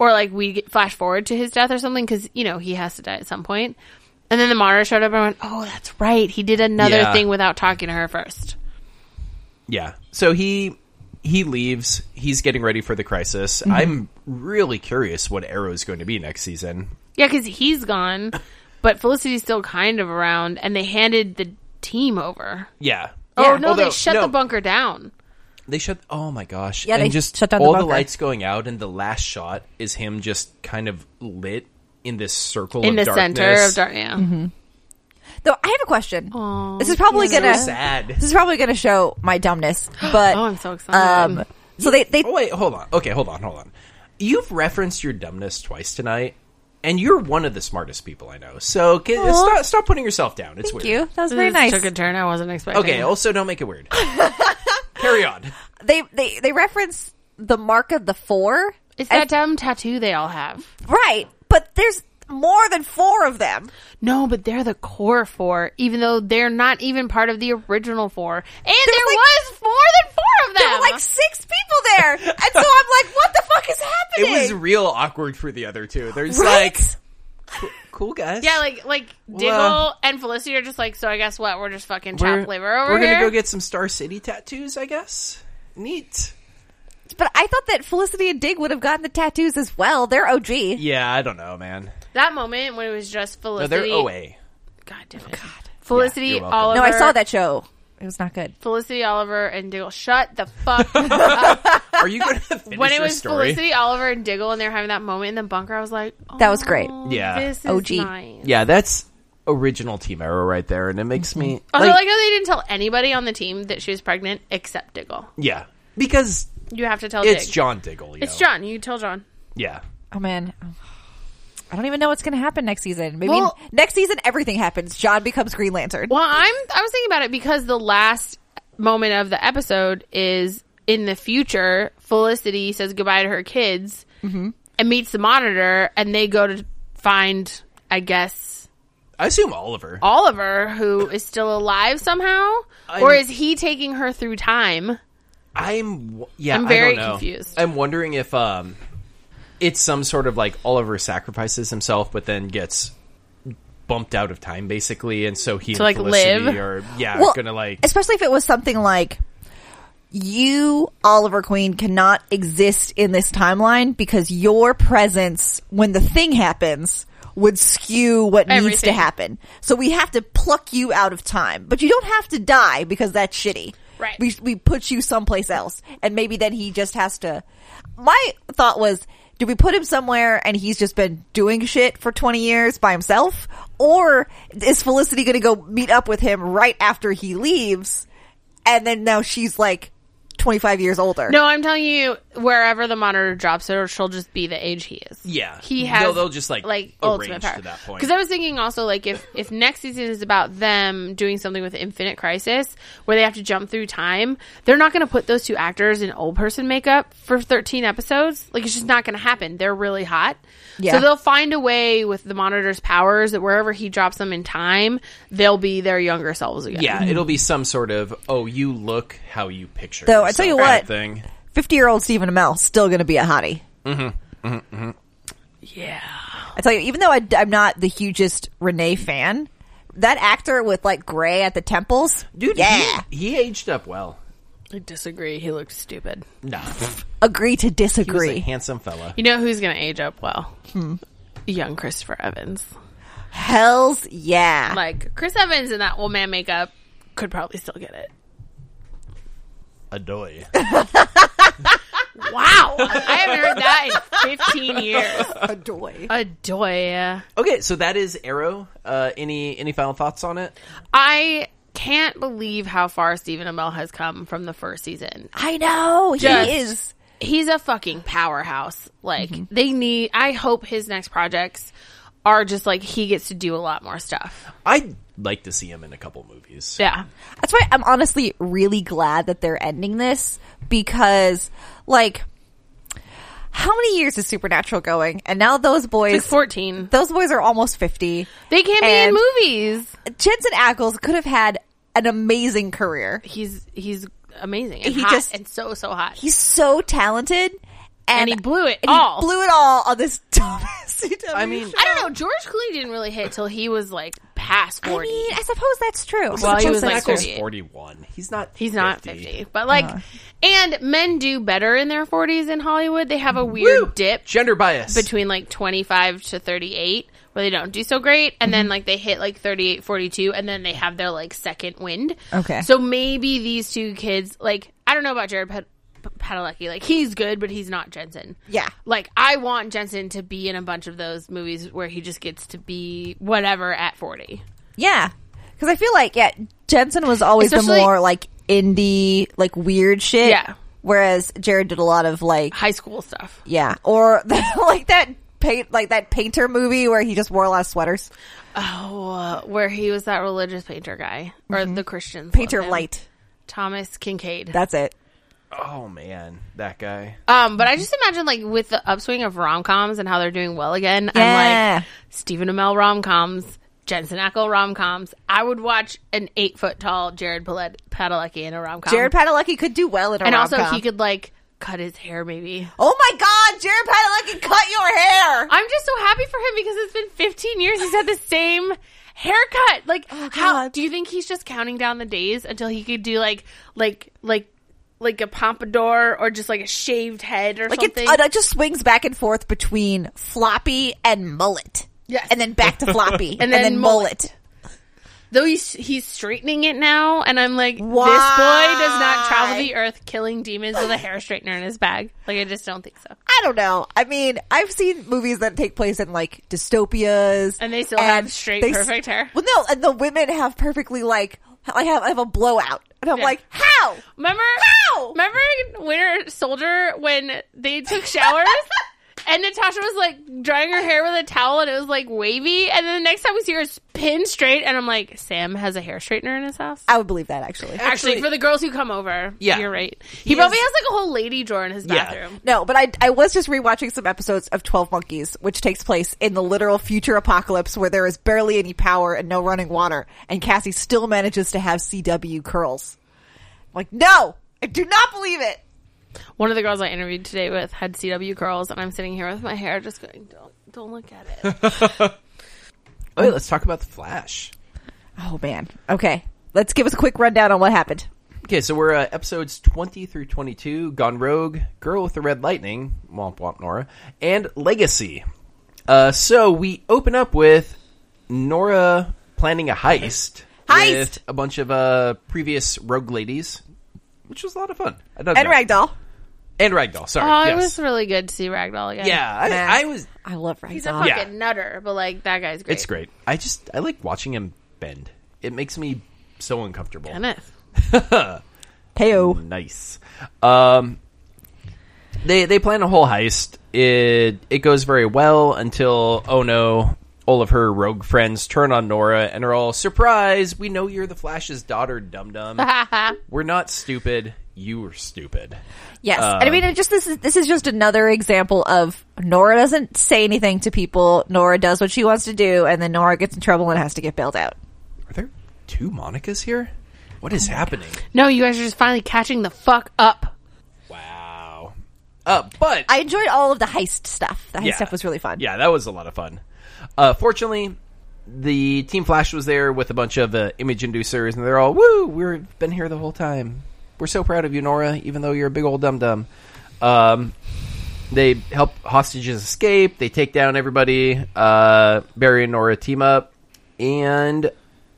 S3: or like we get flash forward to his death or something because, you know, he has to die at some point. And then the monitor showed up and I went, oh, that's right. He did another
S1: Yeah.
S3: thing without talking to her first.
S1: Yeah. So he he leaves. He's getting ready for the crisis. I'm really curious what Arrow's going to be next season.
S3: Yeah, because he's gone, but Felicity's still kind of around and they handed the team over.
S1: Yeah.
S3: Oh, no,
S1: Although-
S3: they shut
S1: no,
S3: the bunker down.
S1: They shut. Oh my gosh!
S2: Yeah,
S1: and
S2: they
S1: just
S2: shut down the
S1: all the,
S2: bunker.
S1: lights going out, and the last shot is him just kind of lit in this circle
S3: In
S1: of
S3: the
S1: darkness.
S3: center of dark, yeah.
S2: Though I have a question. this is probably gonna
S1: Sad.
S2: this is probably gonna show my dumbness, but
S3: Oh, I'm so excited.
S2: um, so they they
S1: Oh, wait, hold on. Okay, hold on, hold on. You've referenced your dumbness twice tonight, and you're one of the smartest people I know. So ca- stop, stop putting yourself down. It's
S2: thank
S1: weird.
S2: you. That was
S3: This
S2: very nice.
S3: took a turn I wasn't expecting.
S1: Okay. oh. Also, don't make it weird. Carry on.
S2: they they they reference the mark of the four,
S3: It's that dumb tattoo they all have.
S2: right? But there's more than four of them.
S3: No, but they're the core four, even though they're not even part of the original four. And there was more than four of them.
S2: There were like six people there, and so I'm like, what the fuck is happening?
S1: It was real awkward for the other two. There's
S2: Right?
S1: like, cool guys.
S3: yeah, like like Diggle
S1: Well,
S3: and Felicity are just like. So I guess what we're just fucking
S1: we're,
S3: chopped liver over
S1: we're
S3: here.
S1: gonna go get some Star City tattoos, I guess. Neat.
S2: but I thought that Felicity and Dig would have gotten the tattoos as well. They're OG.
S1: Yeah, I don't know, man.
S3: that moment when it was just
S1: No,
S3: Felicity.
S1: they're OA.
S3: God damn
S1: Oh,
S3: it. Felicity,
S1: Yeah, you're welcome.
S3: Oliver.
S2: No, I saw that show. It was not good.
S3: Felicity, Oliver, and Diggle. Shut the fuck up.
S1: Are you gonna finish
S3: when it
S1: your
S3: was
S1: story?
S3: Felicity, Oliver, and Diggle, and they're having that moment in the bunker, I was like, oh,
S2: That was great.
S1: Yeah.
S3: This is
S2: OG.
S3: nice.
S1: Yeah, that's original Team Arrow right there, and it makes me
S3: Mm-hmm. Also,
S1: like-
S3: like how they didn't tell anybody on the team that she was pregnant except Diggle.
S1: yeah, because
S3: You have to tell
S1: it's
S3: Dig.
S1: John Diggle. yo.
S3: It's John. You tell John.
S1: Yeah,
S2: Oh man. I don't even know what's going to happen next season. Maybe
S3: Well-
S2: next season everything happens. John becomes Green Lantern.
S3: Well, I'm I was thinking about it because the last moment of the episode is in the future. Felicity says goodbye to her kids
S1: Mm-hmm.
S3: and meets the monitor, and they go to find, I guess,
S1: I assume Oliver.
S3: Oliver, who is still alive somehow, or
S1: I'm-
S3: is he taking her through time?
S1: I'm w- yeah.
S3: I'm
S1: I
S3: very
S1: don't know.
S3: confused.
S1: I'm wondering if um, it's some sort of like Oliver sacrifices himself, but then gets bumped out of time basically, and so he and
S3: like,
S1: Felicity
S3: live?
S1: are yeah
S2: Well,
S1: gonna like
S2: especially if it was something like you Oliver Queen cannot exist in this timeline because your presence when the thing happens would skew what needs to
S3: Everything.
S2: happen. So we have to pluck you out of time, but you don't have to die because that's shitty.
S3: Right.
S2: We we put you someplace else and maybe then he just has to My thought was do we put him somewhere and he's just been doing shit for 20 years by himself or is Felicity going to go meet up with him right after he leaves and then now she's like 25 years older.
S3: No, I'm telling you, wherever the monitor drops her, she'll just be the age he is.
S1: Yeah.
S3: he
S1: They'll-
S3: has.
S1: they'll just, like, arrange to that point.
S3: Because I was thinking also like if if next season is about them doing something with Infinite Crisis where they have to jump through time, they're not going to put those two actors in old person makeup for 13 episodes. Like it's just not going to happen. They're really hot.
S2: Yeah.
S3: So they'll find a way with the monitor's powers that wherever he drops them in time, they'll be their younger selves again.
S1: yeah. It'll be some sort of oh you look how you picture.
S2: Though, I tell you
S1: yourself kind
S2: what.
S1: of thing.
S2: 50-year-old Stephen Amell still going to be a hottie.
S3: Yeah.
S2: I tell you, even though I, am not the hugest Renee fan, that actor with like gray at the temples,
S1: Dude,
S2: Yeah,
S1: he, he aged up well.
S3: I disagree. He looks stupid.
S1: Nah,
S2: agree
S1: he
S2: to
S1: was a
S2: disagree.
S1: handsome fella.
S3: You know who's going to age up well?
S2: Hmm.
S3: Young Christopher Evans.
S2: Hell's yeah.
S3: Like Chris Evans in that old man makeup could probably still get it.
S1: Adoy.
S3: Wow, I haven't heard that in 15 years.
S2: Adoy.
S3: Adoya.
S1: Okay, so that is Arrow. Uh, any any final thoughts on it?
S3: I can't believe how far Stephen Amell has come from the first season.
S2: I know he
S3: Just-
S2: is. Mm-hmm.
S3: He's a fucking powerhouse. Like they need. I hope his next projects are just like he gets to do a lot more stuff.
S1: I'd like to see him in a couple movies.
S3: Yeah,
S2: That's why I'm honestly really glad that they're ending this because, like, how many years is Supernatural going? And now those
S3: he's
S2: boys,
S3: fourteen.
S2: those boys are almost fifty.
S3: They can't
S2: And-
S3: be in movies.
S2: Jensen Ackles could have had an amazing career.
S3: He's he's amazing. And
S2: He
S3: he hot
S2: just-
S3: just and so so hot.
S2: He's so talented, and,
S3: and he blew it
S2: and he
S3: all.
S2: blew it all on this dumbest.
S1: I mean,
S3: I don't know. George Clooney didn't really hit till he was like past
S2: I
S3: forty.
S2: mean, I suppose that's true. I
S3: Well, he
S2: suppose
S3: was,
S2: that's
S3: like,
S2: true.
S1: Michael's
S3: 38.
S1: forty-one. He's not.
S3: He's not 50. But like,
S2: Uh-huh.
S3: and men do better in their 40s in Hollywood. They have a weird
S1: Woo!
S3: dip
S1: Gender bias.
S3: between like 25 to 38 where they don't do so great. And
S2: Mm-hmm.
S3: then like they hit like 38, 42, and then they have their like second wind.
S2: Okay.
S3: So maybe these two kids, like, I don't know about Jared Pad- Padalecki. Like, he's good, but he's not Jensen.
S2: Yeah.
S3: Like, I want Jensen to be in a bunch of those movies where he just gets to be whatever at 40.
S2: Yeah, because I feel like yeah, Jensen was always
S3: Especially-
S2: the more like indie, like weird shit.
S3: Yeah.
S2: Whereas Jared did a lot of like
S3: High school stuff.
S2: yeah, or like that paint like that painter movie where he just wore a lot of sweaters.
S3: Oh, uh, where he was that religious painter guy or the Christian
S2: Mm-hmm. Painter
S3: love him.
S2: light.
S3: Thomas Kincaid.
S2: That's it.
S1: oh man, that guy.
S3: um, but I just imagine like with the upswing of rom coms and how they're doing well again. I'm
S2: Yeah.
S3: like Stephen Amell rom coms, Jensen Ackles rom coms. I would watch an eight foot tall Jared Pale- Padalecki in a rom com.
S2: Jared Padalecki could do well in a
S3: Um, and also
S2: rom-com.
S3: he could like cut his hair maybe.
S2: Oh my God, Jared Padalecki cut your hair.
S3: I'm just so happy for him because it's been 15 years. He's had the same haircut. Like, how
S2: Oh, God.
S3: do you think he's just counting down the days until he could do like, like, like, like a pompadour or just like a shaved head or
S2: Like it,
S3: something?
S2: uh, it just swings back and forth between floppy and mullet.
S3: Yes.
S2: and then back to floppy, and,
S3: then
S2: then mullet.
S3: Though he's he's straightening it now, and I'm like, this
S2: Why?
S3: boy does not travel the earth killing demons with a hair straightener in his bag. Like, I just don't think so.
S2: I don't know. I mean, I've seen movies that take place in like dystopias,
S3: And they still have
S2: and
S3: straight,
S2: they s-
S3: perfect hair.
S2: Well, no, and the women have perfectly like I have I have a blowout, and I'm
S3: Yeah.
S2: like, how?
S3: Remember?
S2: How?
S3: Remember Winter Soldier when they took showers? and Natasha was like drying her hair with a towel and it was like wavy. And then the next time we see her, it's pinned straight. And I'm like, Sam has a hair straightener in his house?
S2: I would believe that actually.
S3: Actually,
S1: Actually-
S3: for the girls who come over,
S1: Yeah.
S3: you're right. He, probably
S1: is-
S3: has like a whole lady drawer in his
S1: Yeah.
S3: bathroom.
S2: No, but I I was just rewatching some episodes of Twelve Monkeys, which takes place in the literal future apocalypse where there is barely any power and no running water, and Cassie still manages to have CW curls. I'm like, no, I do not believe it.
S3: One of the girls I interviewed today with had CW curls, and I'm sitting here with my hair just going, don't, don't look at it.
S1: Okay, let's talk about the Flash.
S2: Oh man. Okay, let's give us a quick rundown on what happened.
S1: Okay, so we're uh, episodes 20 through 22 Gone Rogue, Girl with the Red Lightning, Womp Womp Nora, and Legacy. Uh, so we open up with Nora planning a heist.
S2: Heist!
S1: With a bunch of uh, previous rogue ladies, which was a lot of fun. I dug
S2: And
S1: that.
S2: Ragdoll.
S1: And Ragdoll, sorry.
S3: Oh, it
S1: yes.
S3: was really good to see Ragdoll again. Uh-huh.
S1: yeah, I, I was.
S2: I love Ragdoll.
S3: He's a
S1: Yeah.
S3: fucking nutter, but like, that guy's great.
S1: It's great. I just. I like watching him bend. It makes me so uncomfortable.
S3: Kenneth.
S2: Heyo.
S1: Nice. Um, they they plan a whole heist. It it goes very well until oh no, all of her rogue friends turn on Nora and are all surprise. We know you're the Flash's daughter, dum dum. We're not stupid. You were stupid.
S2: Yes,
S1: Uh,
S2: and I mean, it just this is this is just another example of Nora doesn't say anything to people. Nora does what she wants to do, and then Nora gets in trouble and has to get bailed out.
S1: Are there two Monicas here? What is happening?
S3: No, you guys are just finally catching the fuck up.
S1: Wow. Uh, but
S2: I enjoyed all of the heist stuff. The heist
S1: Yeah.
S2: stuff was really fun.
S1: Yeah, that was a lot of fun. Uh, fortunately, the Team Flash was there with a bunch of uh, image inducers, and they're all, "Woo, we've been here the whole time. We're so proud of you, Nora, even though you're a big old dum dum." Um, they help hostages escape. They take down everybody. Uh, Barry and Nora team up, and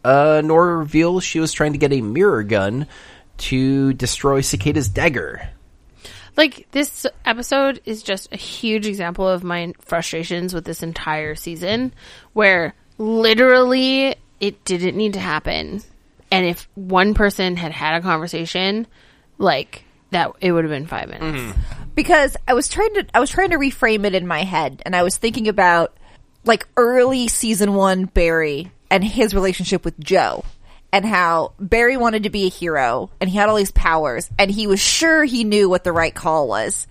S1: uh, Nora reveals she was trying to get a mirror gun to destroy Cicada's dagger.
S3: Like this episode is just a huge example of my frustrations with this entire season where literally it didn't need to happen. And if one person had had a conversation, like that it would have been 5 minutes.
S1: Mm-hmm.
S2: because I was trying to I was trying to reframe it in my head and I was thinking about like early season 1 Barry and his relationship with Joe and how Barry wanted to be a hero and he had all these powers and he was sure he knew what the right call was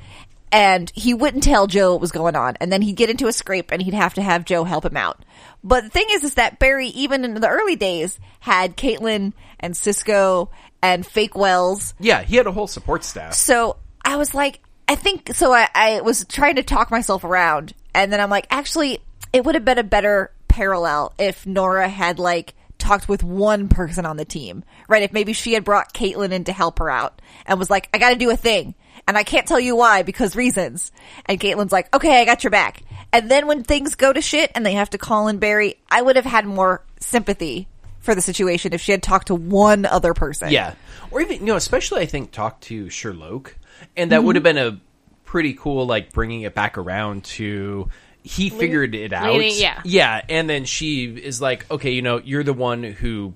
S2: and he wouldn't tell Joe what was going on and then he'd get into a scrape and he'd have to have Joe help him out. But the thing is is that Barry even in the early days had Caitlin and Cisco and Fake Wells
S1: Yeah, he had a whole support staff.
S2: so I was like, I think so. I, I was trying to talk myself around, and then I'm like, actually, it would have been a better parallel if Nora had like talked with one person on the team, right? If maybe she had brought Caitlin in to help her out and was like, I got to do a thing, and I can't tell you why because reasons. And Caitlin's like, okay, I got your back. And then when things go to shit and they have to call in Barry, I would have had more sympathy for the situation if she had talked to one other person.
S1: Yeah, or even you know, especially I think talk to Sherlock, and that would have
S3: Mm-hmm.
S1: been a pretty cool like bringing it back around to he figured it out.
S3: leaning- yeah.
S1: yeah, and then she is like, okay, you know, you're the one who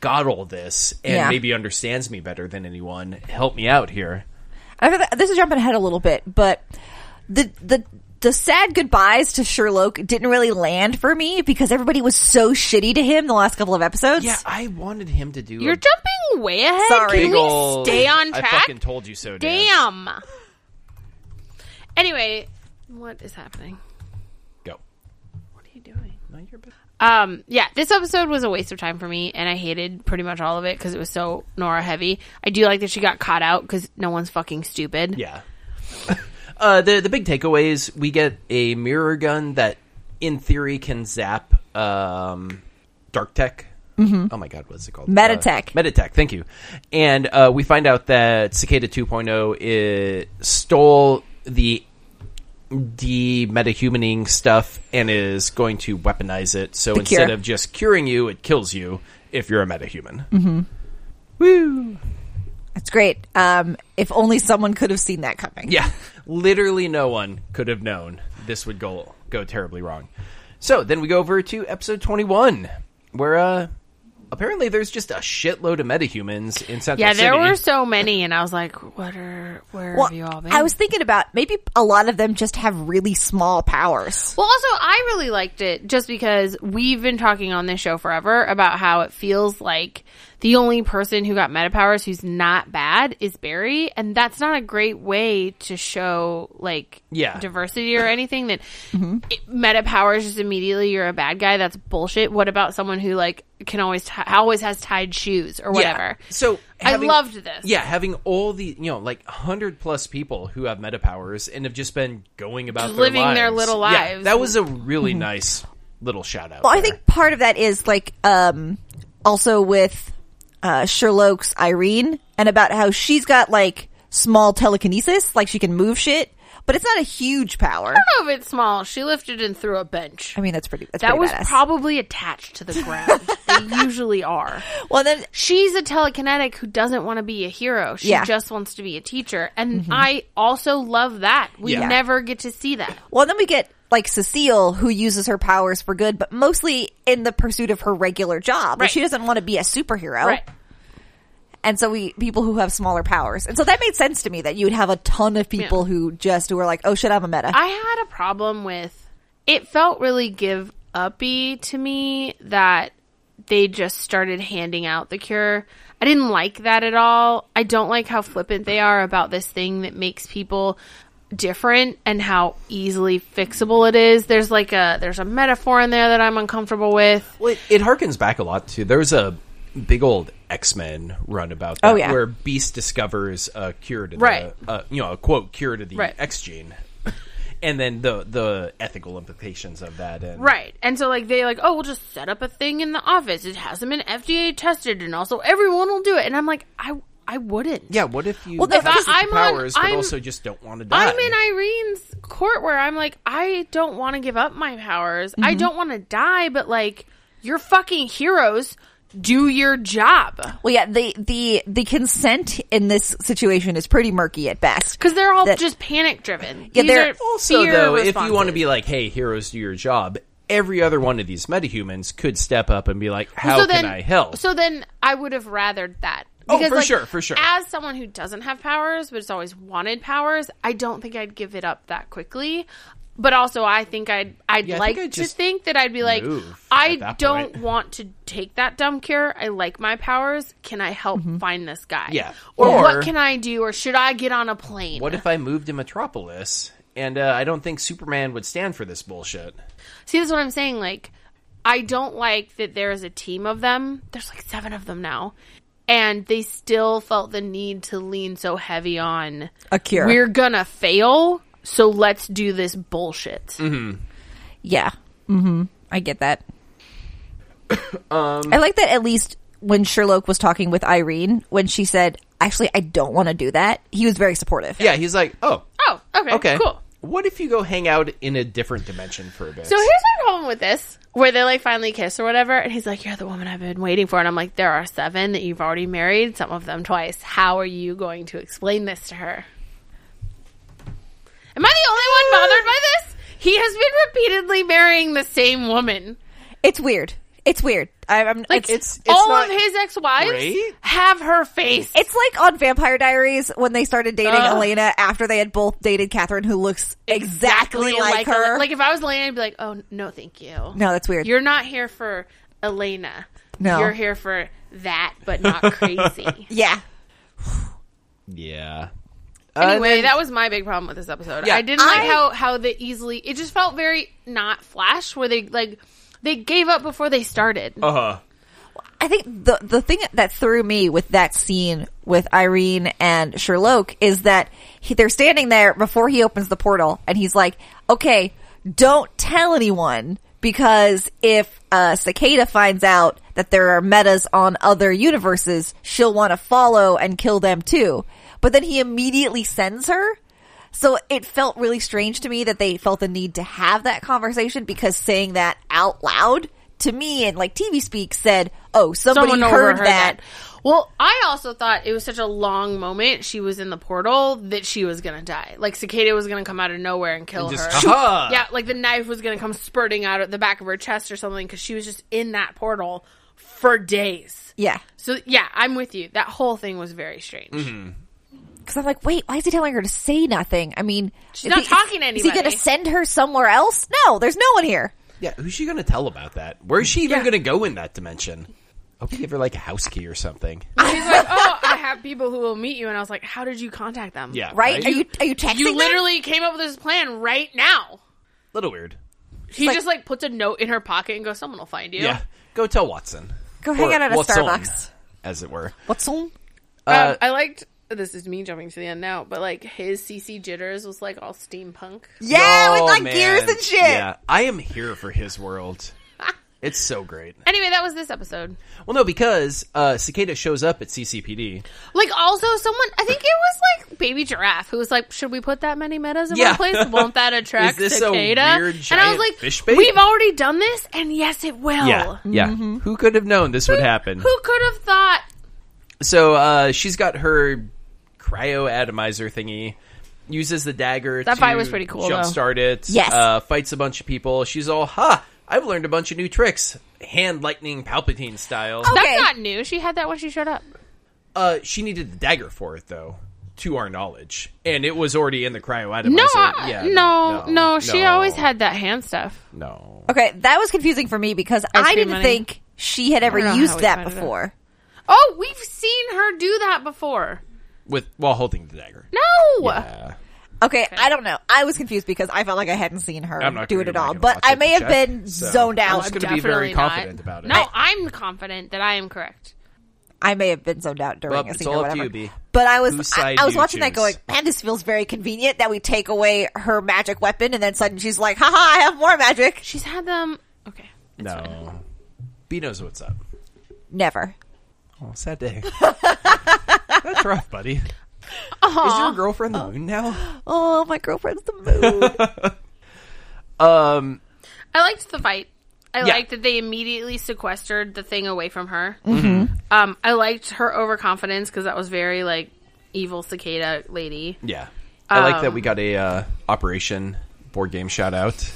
S1: got all this and
S2: Yeah.
S1: maybe understands me better than anyone. Help me out here.
S2: I feel that- this is jumping ahead a little bit, but the the the sad goodbyes to Sherlock didn't really land for me because everybody was so shitty to him the last couple of episodes.
S1: Yeah, I wanted him to do.
S3: You're
S1: a
S3: jumping way ahead.
S2: Sorry.
S3: Can
S1: big
S3: we
S1: old-
S3: stay on track?
S1: I fucking told you so. Dan.
S3: Damn. Anyway, what is happening?
S1: Go.
S3: What are you doing?
S1: No, you're good.
S3: Um, yeah, this episode was a waste of time for me, and I hated pretty much all of it because it was so Nora heavy. I do like that she got caught out because no one's fucking stupid.
S1: Yeah. uh, the the big takeaways: we get a mirror gun that, in theory, can zap um, dark tech. Oh my god, what's it called?
S2: Mm-hmm. Metatech.
S1: Uh, Metatech. Thank you. And uh, we find out that Cicada 2.0 i- uh, stole the de metahumaning stuff and is going to weaponize it. So
S2: The
S1: instead
S2: cure.
S1: of just curing you, it kills you if you're a metahuman. Mm-hmm. Woo!
S2: it's great. Um, if only someone could have seen that coming.
S1: Yeah, literally no one could have known this would go go terribly wrong. So then we go over to episode twenty one, where uh, apparently there's just a shitload of metahumans in Central
S3: Yeah, there
S1: City.
S3: were so many, and I was like, "What are? Where
S2: Well,
S3: have you all been?"
S2: I was thinking about maybe a lot of them just have really small powers.
S3: Well, also, I really liked it just because we've been talking on this show forever about how it feels like the only person who got meta powers who's not bad is Barry, and that's not a great way to show like
S1: Yeah.
S3: diversity or anything. That
S2: Mm-hmm.
S3: it- meta powers just immediately you're a bad guy. That's bullshit. What about someone who like can always ti always has tied shoes or
S1: Yeah.
S3: whatever?
S1: So
S3: I
S1: having-
S3: loved this.
S1: Yeah, having all the you know like hundred plus people who have meta powers and have just been going about their
S3: Living their
S1: lives.
S3: little
S1: Yeah,
S3: lives. Mm-hmm.
S1: that was a really nice little shout out.
S2: Well, I think part of that is like um, also with uh, Sherlock's Irene and about how she's got like small telekinesis, like she can move shit, but it's not a huge power.
S3: I don't know if it's small. She lifted and threw a bench.
S2: I mean, that's pretty. That's
S3: That
S2: pretty
S3: was
S2: badass.
S3: probably attached to the ground. they usually are.
S2: well. Then
S3: she's a telekinetic who doesn't want to be a hero. She
S2: Yeah.
S3: just wants to be a teacher. And I also love that. We
S1: Yeah.
S3: never get to see that.
S2: Well, then we get like Cecile, who uses her powers for good, but mostly in the pursuit of her regular job. Like,
S3: Right.
S2: She doesn't want to be a superhero,
S3: Right.
S2: and so we people who have smaller powers, and so that made sense to me that you would have a ton of people who just who are like, "Oh shit, I'm a meta."
S3: I had a problem with it felt really give uppy to me that they just started handing out the cure. I didn't like that at all. I don't like how flippant they are about this thing that makes people different and how easily fixable it is. There's like a there's a metaphor in there that I'm uncomfortable with.
S1: Well, it, it harkens back a lot to there's a big old X Men run about that
S2: Oh, yeah.
S1: where Beast discovers a cure to the
S3: Right.
S1: uh, you know a quote cure to the
S3: Right.
S1: X gene, and then the the ethical implications of that. And
S3: Right. And so like they like, oh, we'll just set up a thing in the office. It hasn't been FDA tested and also everyone will do it. and I'm like, I I wouldn't.
S1: Yeah. What if you
S2: Well,
S1: have
S2: if I-
S1: superpowers,
S3: I'm on-
S1: but
S3: I'm-
S1: also just don't want to die?
S3: I'm in Irene's court where I'm like, I don't want to give up my powers.
S1: Mm-hmm.
S3: I don't want to die, but like, you're fucking heroes. Do your job.
S2: Well, yeah, the the the consent in this situation is pretty murky at best.
S3: Because they're all
S2: That-
S3: just panic driven.
S2: Yeah,
S3: These
S2: they're-
S3: are
S1: also,
S3: fear
S1: though, if you
S3: responses.
S1: want to be like, "Hey, heroes, do your job," every other one of these metahumans could step up and be like, "How
S3: so
S1: can
S3: then,
S1: I help?"
S3: So then I would have rathered that.
S1: Oh,
S3: Because,
S1: for
S3: like,
S1: sure, for sure.
S3: As someone who doesn't have powers, but has always wanted powers, I don't think I'd give it up that quickly. But also, I think I'd I'd
S1: Yeah, I
S3: like
S1: think I'd
S3: to
S1: just
S3: think that I'd be like,
S1: move at
S3: I
S1: that
S3: don't
S1: point.
S3: want to take that dumb cure. I like my powers. Can I help find this guy?
S1: Mm-hmm. Yeah.
S3: Or,
S1: Or-
S3: what can I do? Or should I get on a plane?
S1: what if I moved to Metropolis? And uh, I don't think Superman would stand for this bullshit.
S3: See, that's what I'm saying. Like, I don't like that there is a team of them. There's like seven of them now. And they still felt the need to lean so heavy on
S2: A cure.
S3: We're gonna fail, so let's do this bullshit.
S2: Yeah. hmm I get that. I like that at least when Sherlock was talking with Irene, when she said, actually, I don't want to do that, he was very supportive.
S1: Yeah, he's like, oh,
S3: Oh, okay,
S1: okay,
S3: cool.
S1: What if you go hang out in a different dimension for a bit?
S3: So here's my problem with this, where they like finally kiss or whatever, and he's like, "You're the woman I've been waiting for," and I'm like, "There are seven that you've already married, some of them twice. How are you going to explain this to her?" Am I the only one bothered by this? He has been repeatedly marrying the same woman.
S2: It's weird. It's weird. I, I'm
S3: Like
S2: it's,
S1: it's- it's
S3: all
S1: not
S3: of his ex-wives
S1: great.
S3: have her face.
S2: it's like on Vampire Diaries when they started dating
S3: Ugh.
S2: Elena after they had both dated Catherine, who looks exactly, like, her.
S3: Like if I was Elena, I'd be like, "Oh no, thank you."
S2: no, that's weird.
S3: You're not here for Elena.
S2: No.
S3: You're here for that, but not crazy.
S2: yeah.
S1: yeah.
S3: anyway, that was my big problem with this episode.
S1: Yeah.
S3: I didn't
S2: I-
S3: like how how they easily. It just felt very not Flash, where they like they gave up before they started.
S1: Uh huh.
S2: I think the the thing that threw me with that scene with Irene and Sherlock is that he, they're standing there before he opens the portal, and he's like, "Okay, don't tell anyone because if uh, Cicada finds out that there are metas on other universes, she'll want to follow and kill them too." But then he immediately sends her. So it felt really strange to me that they felt the need to have that conversation because saying that out loud to me and like TV speak said, "Oh, somebody
S3: Someone
S2: heard
S3: overheard
S2: that.
S3: that. Well, I also thought it was such a long moment. She was in the portal that she was gonna die. Like cicada was gonna come out of nowhere and kill
S1: Just,
S3: her.
S1: "Aha!"
S3: Yeah, like the knife was gonna come spurting out of the back of her chest or something because she was just in that portal for days.
S2: Yeah,
S3: So yeah, I'm with you. That whole thing was very strange.
S1: Mm-hmm.
S2: because I'm like, wait, why is he telling her to say nothing? I mean, she's
S3: not talking to
S2: Is he going
S3: anybody.
S2: to send her somewhere else? No, there's no one here.
S1: Yeah, who's she going to tell about that? Where's she even
S3: Yeah.
S1: going to go in that dimension? I hope you give her like a house key or something.
S3: She's like, "Oh, I have people who will meet you," and I was like, "How did you contact them?"
S1: Yeah,
S2: Right? Are you are you texting?
S3: you
S2: them?
S3: literally came up with this plan right now.
S1: little weird.
S3: He
S2: like-
S3: just like puts a note in her pocket and goes, "Someone will find you."
S1: Yeah. go tell Watson.
S2: Go hang
S1: Or
S2: out at a
S1: Watson,
S2: Starbucks.
S1: as it were.
S2: What's on?
S1: Uh,
S3: Um, I liked this is me jumping to the end now, but like his CC jitters was like all steampunk.
S2: Yeah,
S1: Oh,
S2: with like
S1: man.
S2: gears and shit.
S1: Yeah, I am here for his world. It's so great.
S3: Anyway, that was this episode.
S1: Well, no, because uh, Cicada shows up at CCPD.
S3: Like also someone I think it was like Baby Giraffe who was like, Should we put that many metas in
S1: Yeah.
S3: one place? Won't that
S1: Is
S3: attract
S1: this a
S3: cicada?
S1: weird
S3: and I
S1: giant
S3: was like,
S1: fish bait?
S3: We've already done this and yes it
S2: Oh.
S3: will.
S1: Yeah, yeah.
S2: Mm-hmm.
S1: Who could have known this would happen?
S3: Who could have thought
S1: So uh, she's got her cryo atomizer thingy. Uses the dagger.
S3: That
S1: to
S3: fight was pretty cool, though.
S1: Jumpstart it.
S2: Yes.
S1: Uh, fights a bunch of people. She's all, "Ha! I've learned a bunch of new tricks, hand lightning, Palpatine style."
S2: Okay.
S3: that's not new? She had that when she showed up.
S1: Uh, she needed the dagger for it, though, to our knowledge, and it was already in the cryo atomizer.
S3: No, I-
S1: yeah,
S3: no, no, She
S1: no,
S3: always had that hand stuff.
S1: no.
S2: Okay, that was confusing for me because I
S3: cream
S2: didn't
S3: money.
S2: think she had ever
S3: don't know how
S2: used
S3: we
S2: that
S3: found it out.
S2: before.
S3: Oh, we've seen her do that before.
S1: With while holding the dagger.
S3: No.
S1: Yeah.
S2: Okay, I don't know. I was confused because I felt like I hadn't seen her
S1: I'm not
S2: do
S1: gonna
S2: it
S1: go
S2: at
S1: back
S2: all.
S1: and
S2: But
S1: watch
S2: I
S1: it
S2: may
S1: to
S2: have
S1: check,
S2: been
S1: so
S2: zoned out.
S1: I'm just gonna be very
S3: Definitely not.
S1: confident about it.
S3: No, I'm confident that I am correct.
S2: I may have been zoned out during
S1: Well,
S2: a
S1: it's
S2: scene
S1: all
S2: or
S1: up to
S2: whatever.
S1: you, B.
S2: But I was
S1: Whose
S2: I,
S1: side
S2: I
S1: do
S2: was
S1: you
S2: watching that
S1: choose?
S2: going, man, this feels very convenient that we take away her magic weapon and then suddenly she's like, haha, I have more magic.
S3: She's had them. Okay. It's fine.
S1: No. B knows what's up.
S2: Never.
S1: Oh, sad day. That's rough, buddy. Is your girlfriend the moon now?
S2: Oh, my girlfriend's the mood.
S1: Um,
S3: I liked the fight. I
S1: Yeah.
S3: liked that they immediately sequestered the thing away from her. Um, I liked her overconfidence because that was very like evil cicada lady.
S1: yeah. I like that
S3: Um,
S1: we got a uh, Operation board game shout out.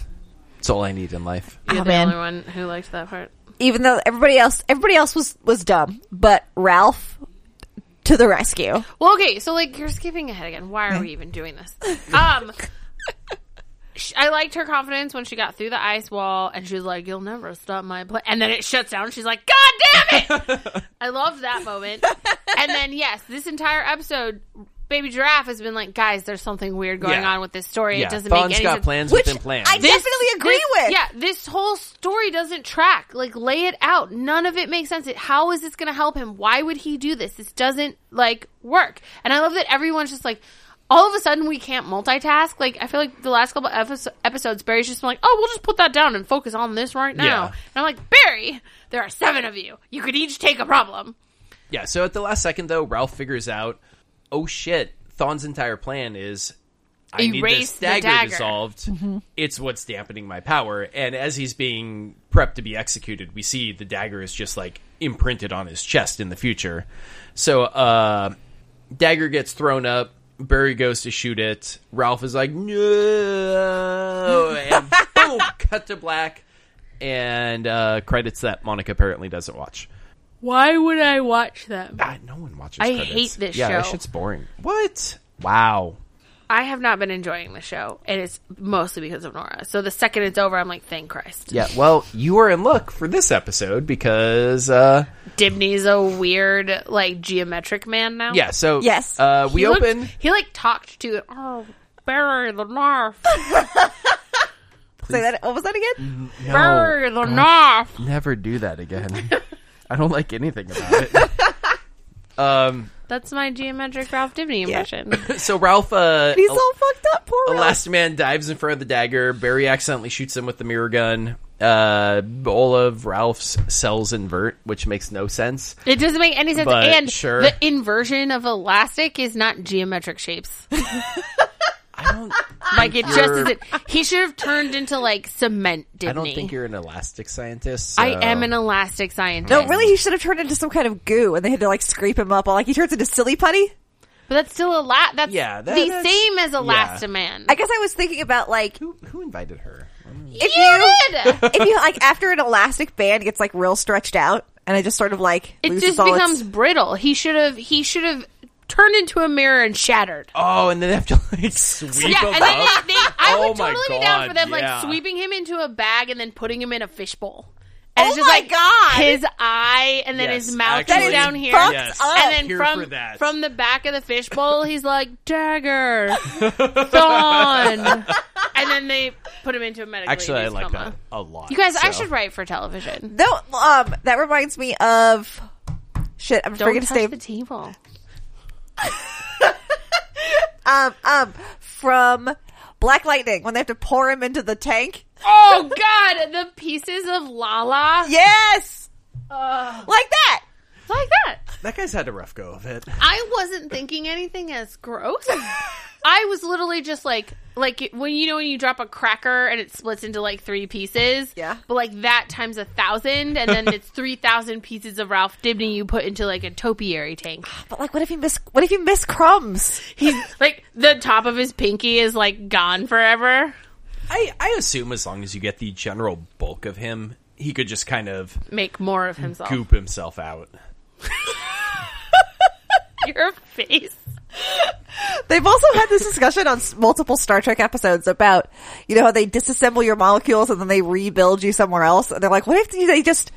S1: It's all I need in life.
S3: You're
S2: Oh,
S3: the
S2: man.
S3: only one who liked that part.
S2: Even though everybody else everybody else was was dumb, but Ralph to the rescue.
S3: Well, okay, so like you're skipping ahead again. Why are we even doing this? Um, sh- I liked her confidence when she got through the ice wall and she was like, "You'll never stop my play," and then it shuts down. She's like, "God damn it!" I love that moment. And then yes, this entire episode, Baby Giraffe has been like, "Guys, there's something weird going
S1: Yeah.
S3: on with this story.
S1: yeah,
S3: It doesn't
S1: Fawn's
S3: make any
S1: got
S3: sense."
S1: plans
S2: Which
S1: within plans.
S2: I definitely agree
S3: this-
S2: with.
S3: Yeah, this whole story doesn't track. Like, lay it out. None of it makes sense. It- How is this going to help him? Why would he do this? This doesn't like work. And I love that everyone's just like, all of a sudden we can't multitask. Like, I feel like the last couple episo- episodes, Barry's just been like, oh, we'll just put that down and focus on this right now.
S1: Yeah.
S3: And I'm like, Barry, there are seven of you. You could each take a problem.
S1: Yeah, so at the last second though, Ralph figures out, oh shit, Thon's entire plan is I need
S3: Erase
S1: this
S3: the
S1: dagger,
S3: dagger. Mm-hmm.
S1: dissolved. It's what's dampening my power. And as he's being prepped to be executed, we see the dagger is just like imprinted on his chest in the future. So uh dagger gets thrown up, Barry goes to shoot it, Ralph is like, No and boom, cut to black. And uh credits that Monica apparently doesn't watch.
S3: Why would I watch them?
S1: God, no one watches.
S3: I
S1: credits.
S3: hate this
S1: yeah, that
S3: show.
S1: shit's boring. What? Wow.
S3: I have not been enjoying the show, and it's mostly because of Nora. So the second it's over, I'm like, thank Christ.
S1: Yeah. Well, you are in luck for this episode because uh
S3: Dibney's a weird, like geometric man now.
S1: yeah. So
S2: Yes.
S1: uh, we
S3: He looked-
S1: open.
S3: he like talked to it. Oh, Barry the North.
S1: Oh,
S2: Say that what was that again?
S1: No,
S3: Barry the North.
S1: never do that again. I don't like anything about it. um.
S3: That's my geometric Ralph Dibney impression.
S1: So Ralph. Uh,
S2: He's
S1: a-
S2: all fucked up, poor
S1: a
S2: Ralph.
S1: last man dives in front of the dagger. Barry accidentally shoots him with the mirror gun. Uh, all of Ralph's cells invert, which makes no sense.
S3: It doesn't make any sense.
S1: But
S3: and
S1: sure.
S3: the inversion of elastic is not geometric shapes.
S1: I don't.
S3: Like it just
S1: You're-
S3: isn't. He should have turned into like cement Dibney.
S1: I don't think you're uh, an elastic scientist.
S3: I
S1: so-
S3: am an elastic scientist.
S2: No, really, he should have turned into some kind of goo, and they had to like scrape him up. All like he turns into silly putty.
S3: But that's still a lot. That's
S1: Yeah, that-
S3: the
S1: that's-
S3: same as
S1: yeah.
S3: Elastaman.
S2: I guess I was thinking about like
S1: Who, who invited her?
S2: if you
S3: You did!
S2: if you like after an elastic band gets like real stretched out, and it just sort of like
S3: it
S2: loses
S3: just
S2: all
S3: becomes
S2: its-
S3: brittle. He should have he should have turned into a mirror and shattered.
S1: Oh, and then they have to like sweep
S3: Yeah,
S1: him
S3: and then
S1: up.
S3: they, they, I
S1: Oh
S3: would
S1: my
S3: totally be down
S1: God,
S3: for them
S1: yeah.
S3: like sweeping him into a bag and then putting him in a fishbowl. And
S2: Oh
S3: it's just
S2: my
S3: like
S2: God.
S3: his eye and then
S1: Yes,
S3: his mouth
S1: actually,
S3: is down here.
S2: fucked
S1: yes.
S2: up.
S3: And then
S1: Here for
S3: from
S1: that.
S3: from the back of the fishbowl, he's like dagger, thorn, and then they put him into a medical.
S1: Actually, I
S3: induced
S1: like
S3: coma.
S1: that a lot.
S3: You guys, I
S1: so.
S3: should write for television.
S2: no. Um, that reminds me of shit. I'm
S3: Don't
S2: forgetting
S3: touch
S2: his name.
S3: the table.
S2: um, um, from Black Lightning when they have to pour him into the tank.
S3: Oh God, the pieces of Lala
S2: Yes,
S3: Ugh.
S2: like that.
S3: like that.
S1: That guy's had a rough go of it.
S3: I wasn't thinking anything as gross. I was literally just like, like when you know when you drop a cracker and it splits into like three pieces.
S2: Yeah.
S3: But like that times a thousand, and then it's three thousand pieces of Ralph Dibney you put into like a topiary tank.
S2: But like, what if you miss? What if you miss crumbs?
S3: He's like the top of his pinky is like gone forever.
S1: I, I assume as long as you get the general bulk of him, he could just kind of
S3: Make more of himself.
S1: goop himself out.
S3: Your face.
S2: They've also had this discussion on s- multiple Star Trek episodes about, you know, how they disassemble your molecules and then they rebuild you somewhere else. And they're like, what if they just,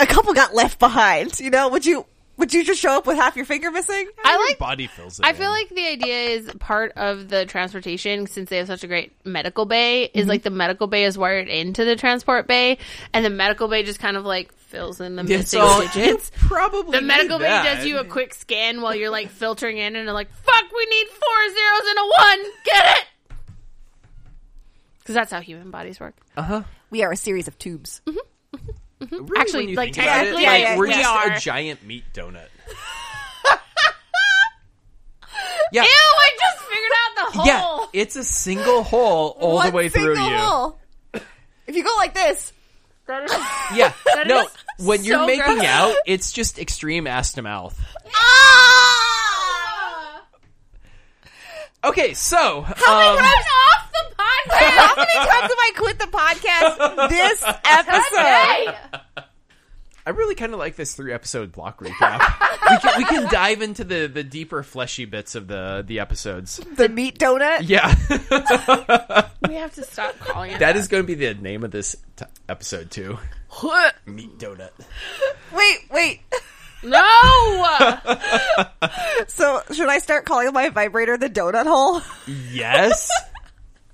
S2: a couple got left behind? You know, would you, would you just show up with half your finger missing?
S3: I
S1: Your
S3: like
S1: body fills. It
S3: I
S1: in.
S3: feel like the idea is part of the transportation, since they have such a great
S1: Mm-hmm.
S3: medical bay, is like the medical bay is wired into the transport bay, and the medical bay just kind of like fills in the
S1: It's
S3: missing
S1: all-
S3: digits.
S1: Probably
S3: The medical
S1: need
S3: bay
S1: that.
S3: does you a quick scan while you're like filtering in, and they're like, "Fuck, we need four zeros and a one. Get it?" Because that's how human bodies work.
S1: Uh,
S2: We are a series of tubes.
S1: Really,
S3: Actually,
S1: when you
S3: like,
S1: think about
S3: technically,
S1: it, like,
S2: yeah,
S1: we're
S2: yeah,
S1: just
S3: we are.
S1: a giant meat donut. yeah,
S3: Ew! I just figured out the
S1: yeah,
S3: whole.
S1: it's a single hole all the
S2: One
S1: way through
S2: single
S1: you.
S2: hole. If you go like this,
S1: Yeah,
S3: That
S1: no,
S3: is
S1: when you're
S3: so
S1: making
S3: gross.
S1: out, it's just extreme ass to mouth.
S3: Ah!
S1: Okay, so um,
S3: Turn off the
S2: how
S3: podcast.
S2: many times have I quit the podcast this episode?
S3: Hey!
S1: I really kind of like this three episode block recap. we, can, we can dive into the the deeper fleshy bits of the the episodes.
S2: The meat donut.
S1: Yeah,
S3: We have to stop calling it
S1: that is going to be the name of this t- episode too. Meat donut.
S2: Wait, wait.
S3: No.
S2: So should I start calling my vibrator the donut hole?
S1: Yes.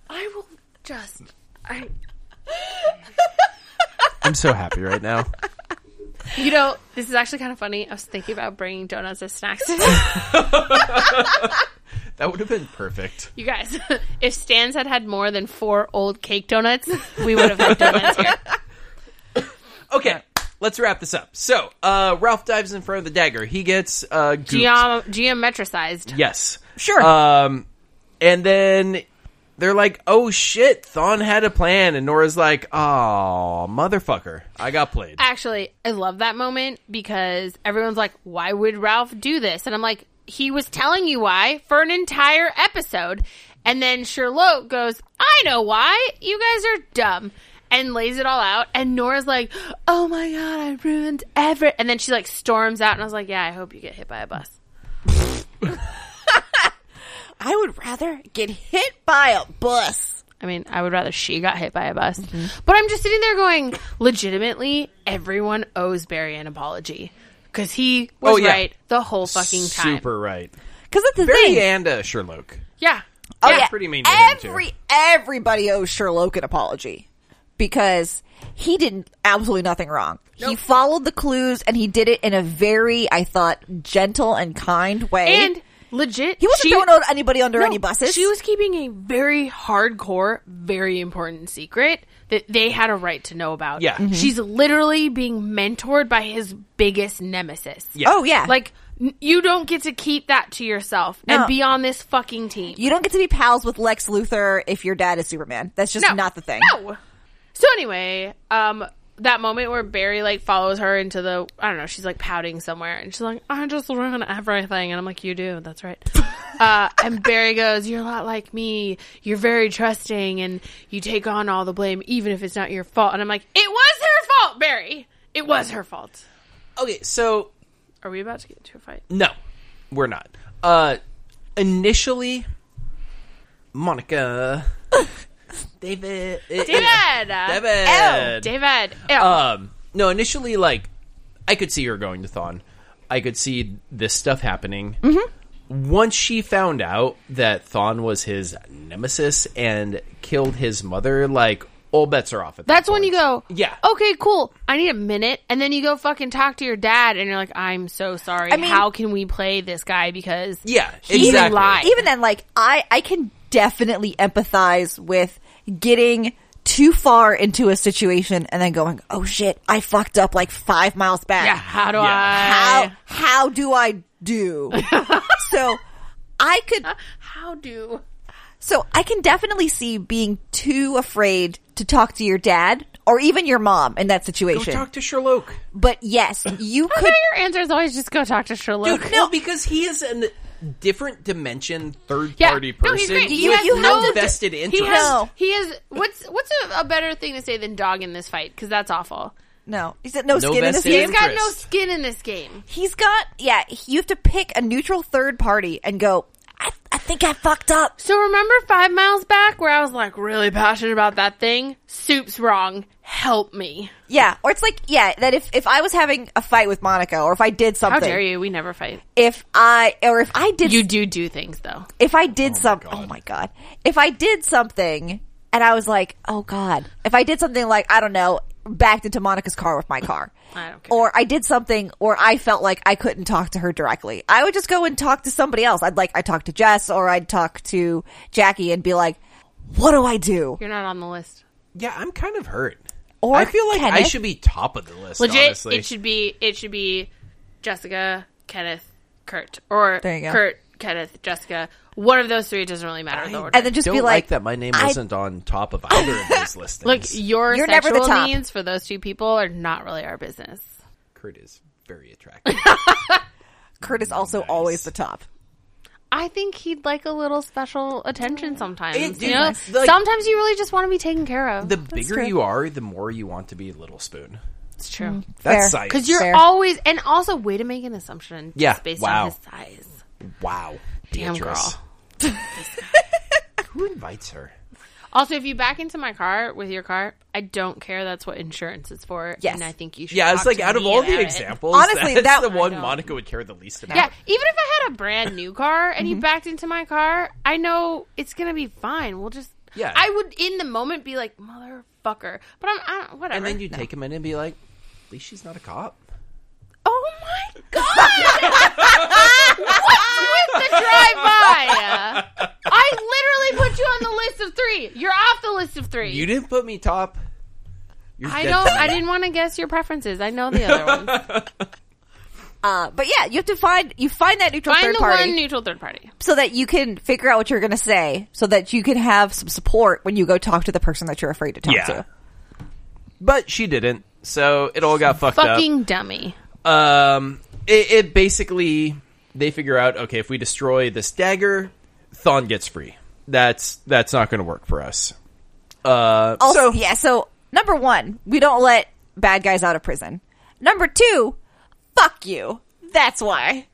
S3: I will just. I.
S1: I'm so happy right now.
S3: You know, this is actually kind of funny. I was thinking about bringing donuts as snacks.
S1: That would have been perfect.
S3: you guys, if Stans had had more than four old cake donuts, we would have had donuts here.
S1: Okay, let's wrap this up. So, uh, Ralph dives in front of the dagger. He gets uh, gooped.
S3: Geom- geometricized.
S1: yes.
S2: Sure.
S1: Um, and then they're like, "Oh shit, Thon had a plan," and Nora's like, "Oh motherfucker, I got played."
S3: Actually, I love that moment because everyone's like, why would Ralph do this? And I'm like, he was telling you why for an entire episode. And then Sherlock goes, I know why. You guys are dumb. And lays it all out. And Nora's like, oh my God, I ruined every. And then she like storms out. And I was like, yeah, I hope you get hit by a bus.
S2: I would rather get hit by a bus.
S3: I mean, I would rather she got hit by a bus.
S1: Mm-hmm.
S3: But I'm just sitting there going, legitimately, everyone owes Barry an apology. Because he was
S1: Oh, yeah.
S3: right the whole fucking time.
S1: Super right.
S2: Because that's the
S1: Barry
S2: thing.
S1: and uh, Sherlock.
S3: Yeah.
S2: Oh
S1: Yeah,
S2: yeah,
S1: pretty mean to him, too.
S2: Every everybody owes Sherlock an apology because he did absolutely nothing wrong. He followed the clues and he did it in a very, I thought, gentle and kind way.
S3: And legit,
S2: he wasn't
S3: she-
S2: throwing out anybody under
S3: No,
S2: any buses.
S3: She was keeping a very hardcore, very important secret that they had a right to know about.
S1: Yeah.
S2: Mm-hmm.
S1: Mhm.
S3: she's literally being mentored by his biggest nemesis.
S1: Yeah.
S2: oh yeah,
S3: like n- you don't get to keep that to yourself and
S2: No.
S3: be on this fucking team.
S2: you don't get to be pals with Lex Luthor if your dad is Superman. That's just
S3: No.
S2: not the thing.
S3: No. So anyway, um, that moment where Barry like follows her into the I don't know, she's like pouting somewhere and she's like, I just ruin everything and I'm like, You do, that's right. uh, and Barry goes, You're a lot like me, you're very trusting and you take on all the blame even if it's not your fault and I'm like, It was her fault, Barry. It was her fault.
S1: Okay, so
S3: Are we about to get into a fight?
S1: no, we're not. Uh, initially, Monica, David,
S3: David
S1: David,
S2: Ow,
S3: David. Oh, Ew.
S1: Um, no, initially, like, I could see her going to Thon. I could see this stuff happening.
S3: Mm-hmm.
S1: Once she found out that Thon was his nemesis and killed his mother, like, all bets are off at that
S3: That's when you go,
S1: Yeah.
S3: okay, cool. I need a minute, and then you go fucking talk to your dad, and you're like, I'm so sorry.
S2: I mean-
S3: How can we play this guy because
S1: Yeah,
S3: He
S1: exactly.
S3: lied.
S2: even then like i i can definitely empathize with getting too far into a situation and then going oh shit i fucked up like five miles back
S3: yeah, how do
S1: Yeah.
S3: I
S2: how how do i do so i could
S3: how do
S2: so i can definitely see being too afraid to talk to your dad or even your mom in that situation
S1: Talk to Sherlock.
S2: but yes you could
S3: your answer is always just go talk to Sherlock?
S1: No, because he is a different dimension, third
S3: yeah,
S1: party
S3: no, he's
S1: person.
S3: great.
S1: He
S3: He
S2: You-
S1: has
S3: has
S2: you have
S1: no
S3: no
S2: to-
S1: vested interest.
S3: He has.
S2: No.
S3: He is. What's what's a, a better thing to say than dog in this fight? Because that's awful.
S2: no is it no skin in this
S1: vested
S2: game
S3: He's got no
S1: Interest.
S3: skin in this game.
S2: He's got yeah. You have to pick a neutral third party and go. I, I think I fucked up.
S3: So remember five miles back where I was like really passionate about that thing. Soup's wrong. Help me.
S2: Yeah, or it's like yeah that if if I was having a fight with Monica or if I did
S3: How
S2: something,
S3: dare you? We never fight.
S2: if I or if I did
S3: You do do things though.
S2: if I did some oh my god if I did something and I was like oh god if I did something like I don't know backed into Monica's car with my car.
S3: I don't care.
S2: Or I did something, or I felt like I couldn't talk to her directly. I would just go and talk to somebody else. I'd like, I talk to Jess or I'd talk to Jackie and be like, what do I do?
S3: You're not on the list.
S1: Yeah, I'm kind of hurt.
S2: Or
S1: I feel like I
S2: Kenneth.
S1: should be top of the list.
S3: Legit,
S1: honestly.
S3: it should be it should be Jessica, Kenneth, Kurt, or
S2: There you go.
S3: Kurt, Kenneth, Jessica. One of those three it doesn't really matter.
S1: I
S3: the order.
S2: And then just
S1: don't
S2: be like,
S1: that my name
S2: I-
S1: isn't on top of either of those listings.
S3: Look, your
S2: You're never the
S3: sexual
S2: top.
S3: needs for those two people are not really our business.
S1: Kurt is very attractive.
S2: Kurt is also always the top.
S3: I think he'd like a little special attention sometimes.
S1: It-
S3: you know,
S1: dude, like-
S3: sometimes you really just want to be taken care of.
S1: the bigger you are, the more you want to be Little Spoon.
S3: That's true.
S2: Fair.
S1: That's science.
S3: Because you're
S2: Fair.
S3: always, and also, way to make an assumption.
S1: Yeah,
S3: just based
S1: wow.
S3: on his size.
S1: wow,
S3: Damn
S1: Beatrice.
S3: girl.
S1: Who invites her?
S3: Also, if you back into my car with your car, I don't care. That's what insurance is for.
S2: Yes.
S3: and I think you should.
S1: Yeah, it's
S3: talk
S1: like
S3: to
S1: out of
S3: me
S1: all the
S3: about it.
S1: examples,
S2: Honestly,
S1: that's
S2: that-
S1: the
S2: I
S1: one
S3: don't.
S1: Monica would care the least about.
S3: Yeah, even if I had a brand new car and you backed into my car, I know it's gonna be fine. We'll just.
S1: Yeah.
S3: I would in the moment be like motherfucker, but I'm I don't, whatever.
S1: And then you take him in and be like, at least she's not a cop.
S3: oh my god! What's with the drive by? I literally put you on the list of three. You're off the list of three.
S1: You didn't put me top. You're
S3: I
S1: dead
S3: don't.
S1: to me.
S3: I didn't want to guess your preferences. I know the other ones.
S2: Uh, but yeah, you have to find, you find that neutral
S3: Find
S2: third
S3: the
S2: party.
S3: one neutral third party.
S2: so that you can figure out what you're going to say so that you can have some support when you go talk to the person that you're afraid to talk
S1: Yeah.
S2: to.
S1: But she didn't, so it all got fucked
S3: Fucking dummy.
S1: up. Um, it, it basically they figure out okay if we destroy this dagger, Thon gets free. That's that's not going to work for us. Uh, so
S2: Also, yeah, so number 1, we don't let bad guys out of prison. Number 2, fuck you. That's why.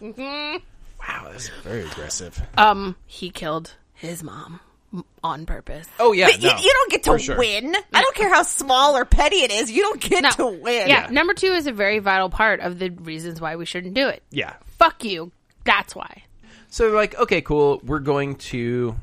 S1: wow, that's very aggressive.
S3: Um, he killed his mom m- on purpose.
S1: oh yeah,
S2: But you,
S1: no,
S2: you don't get to
S1: for sure.
S2: win. I don't care how small or petty it is. You don't get
S3: No.
S2: to win.
S3: Yeah, number two is a very vital part of the reasons why we shouldn't do it.
S1: Yeah.
S3: Fuck you. That's why.
S1: So they're like, okay, cool. We're going to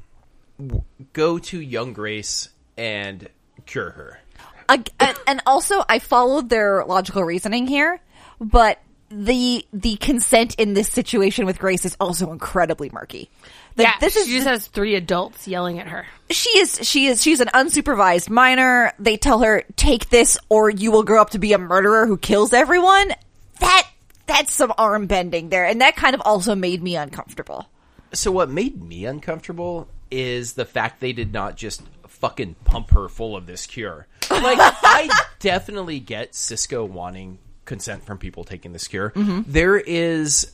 S1: w- go to young Grace and cure her.
S2: Ag- and, and also I followed their logical reasoning here, but the the consent in this situation with Grace is also incredibly murky. Like,
S3: yeah,
S2: this is
S3: she just has three adults yelling at her.
S2: she is she is she's an unsupervised minor. They tell her take this or you will grow up to be a murderer who kills everyone. That that's some arm bending there, and that kind of also made me uncomfortable.
S1: So what made me uncomfortable is the fact they did not just fucking pump her full of this cure. Like I definitely get Cisco wanting consent from people taking this cure.
S3: Mm-hmm.
S1: There is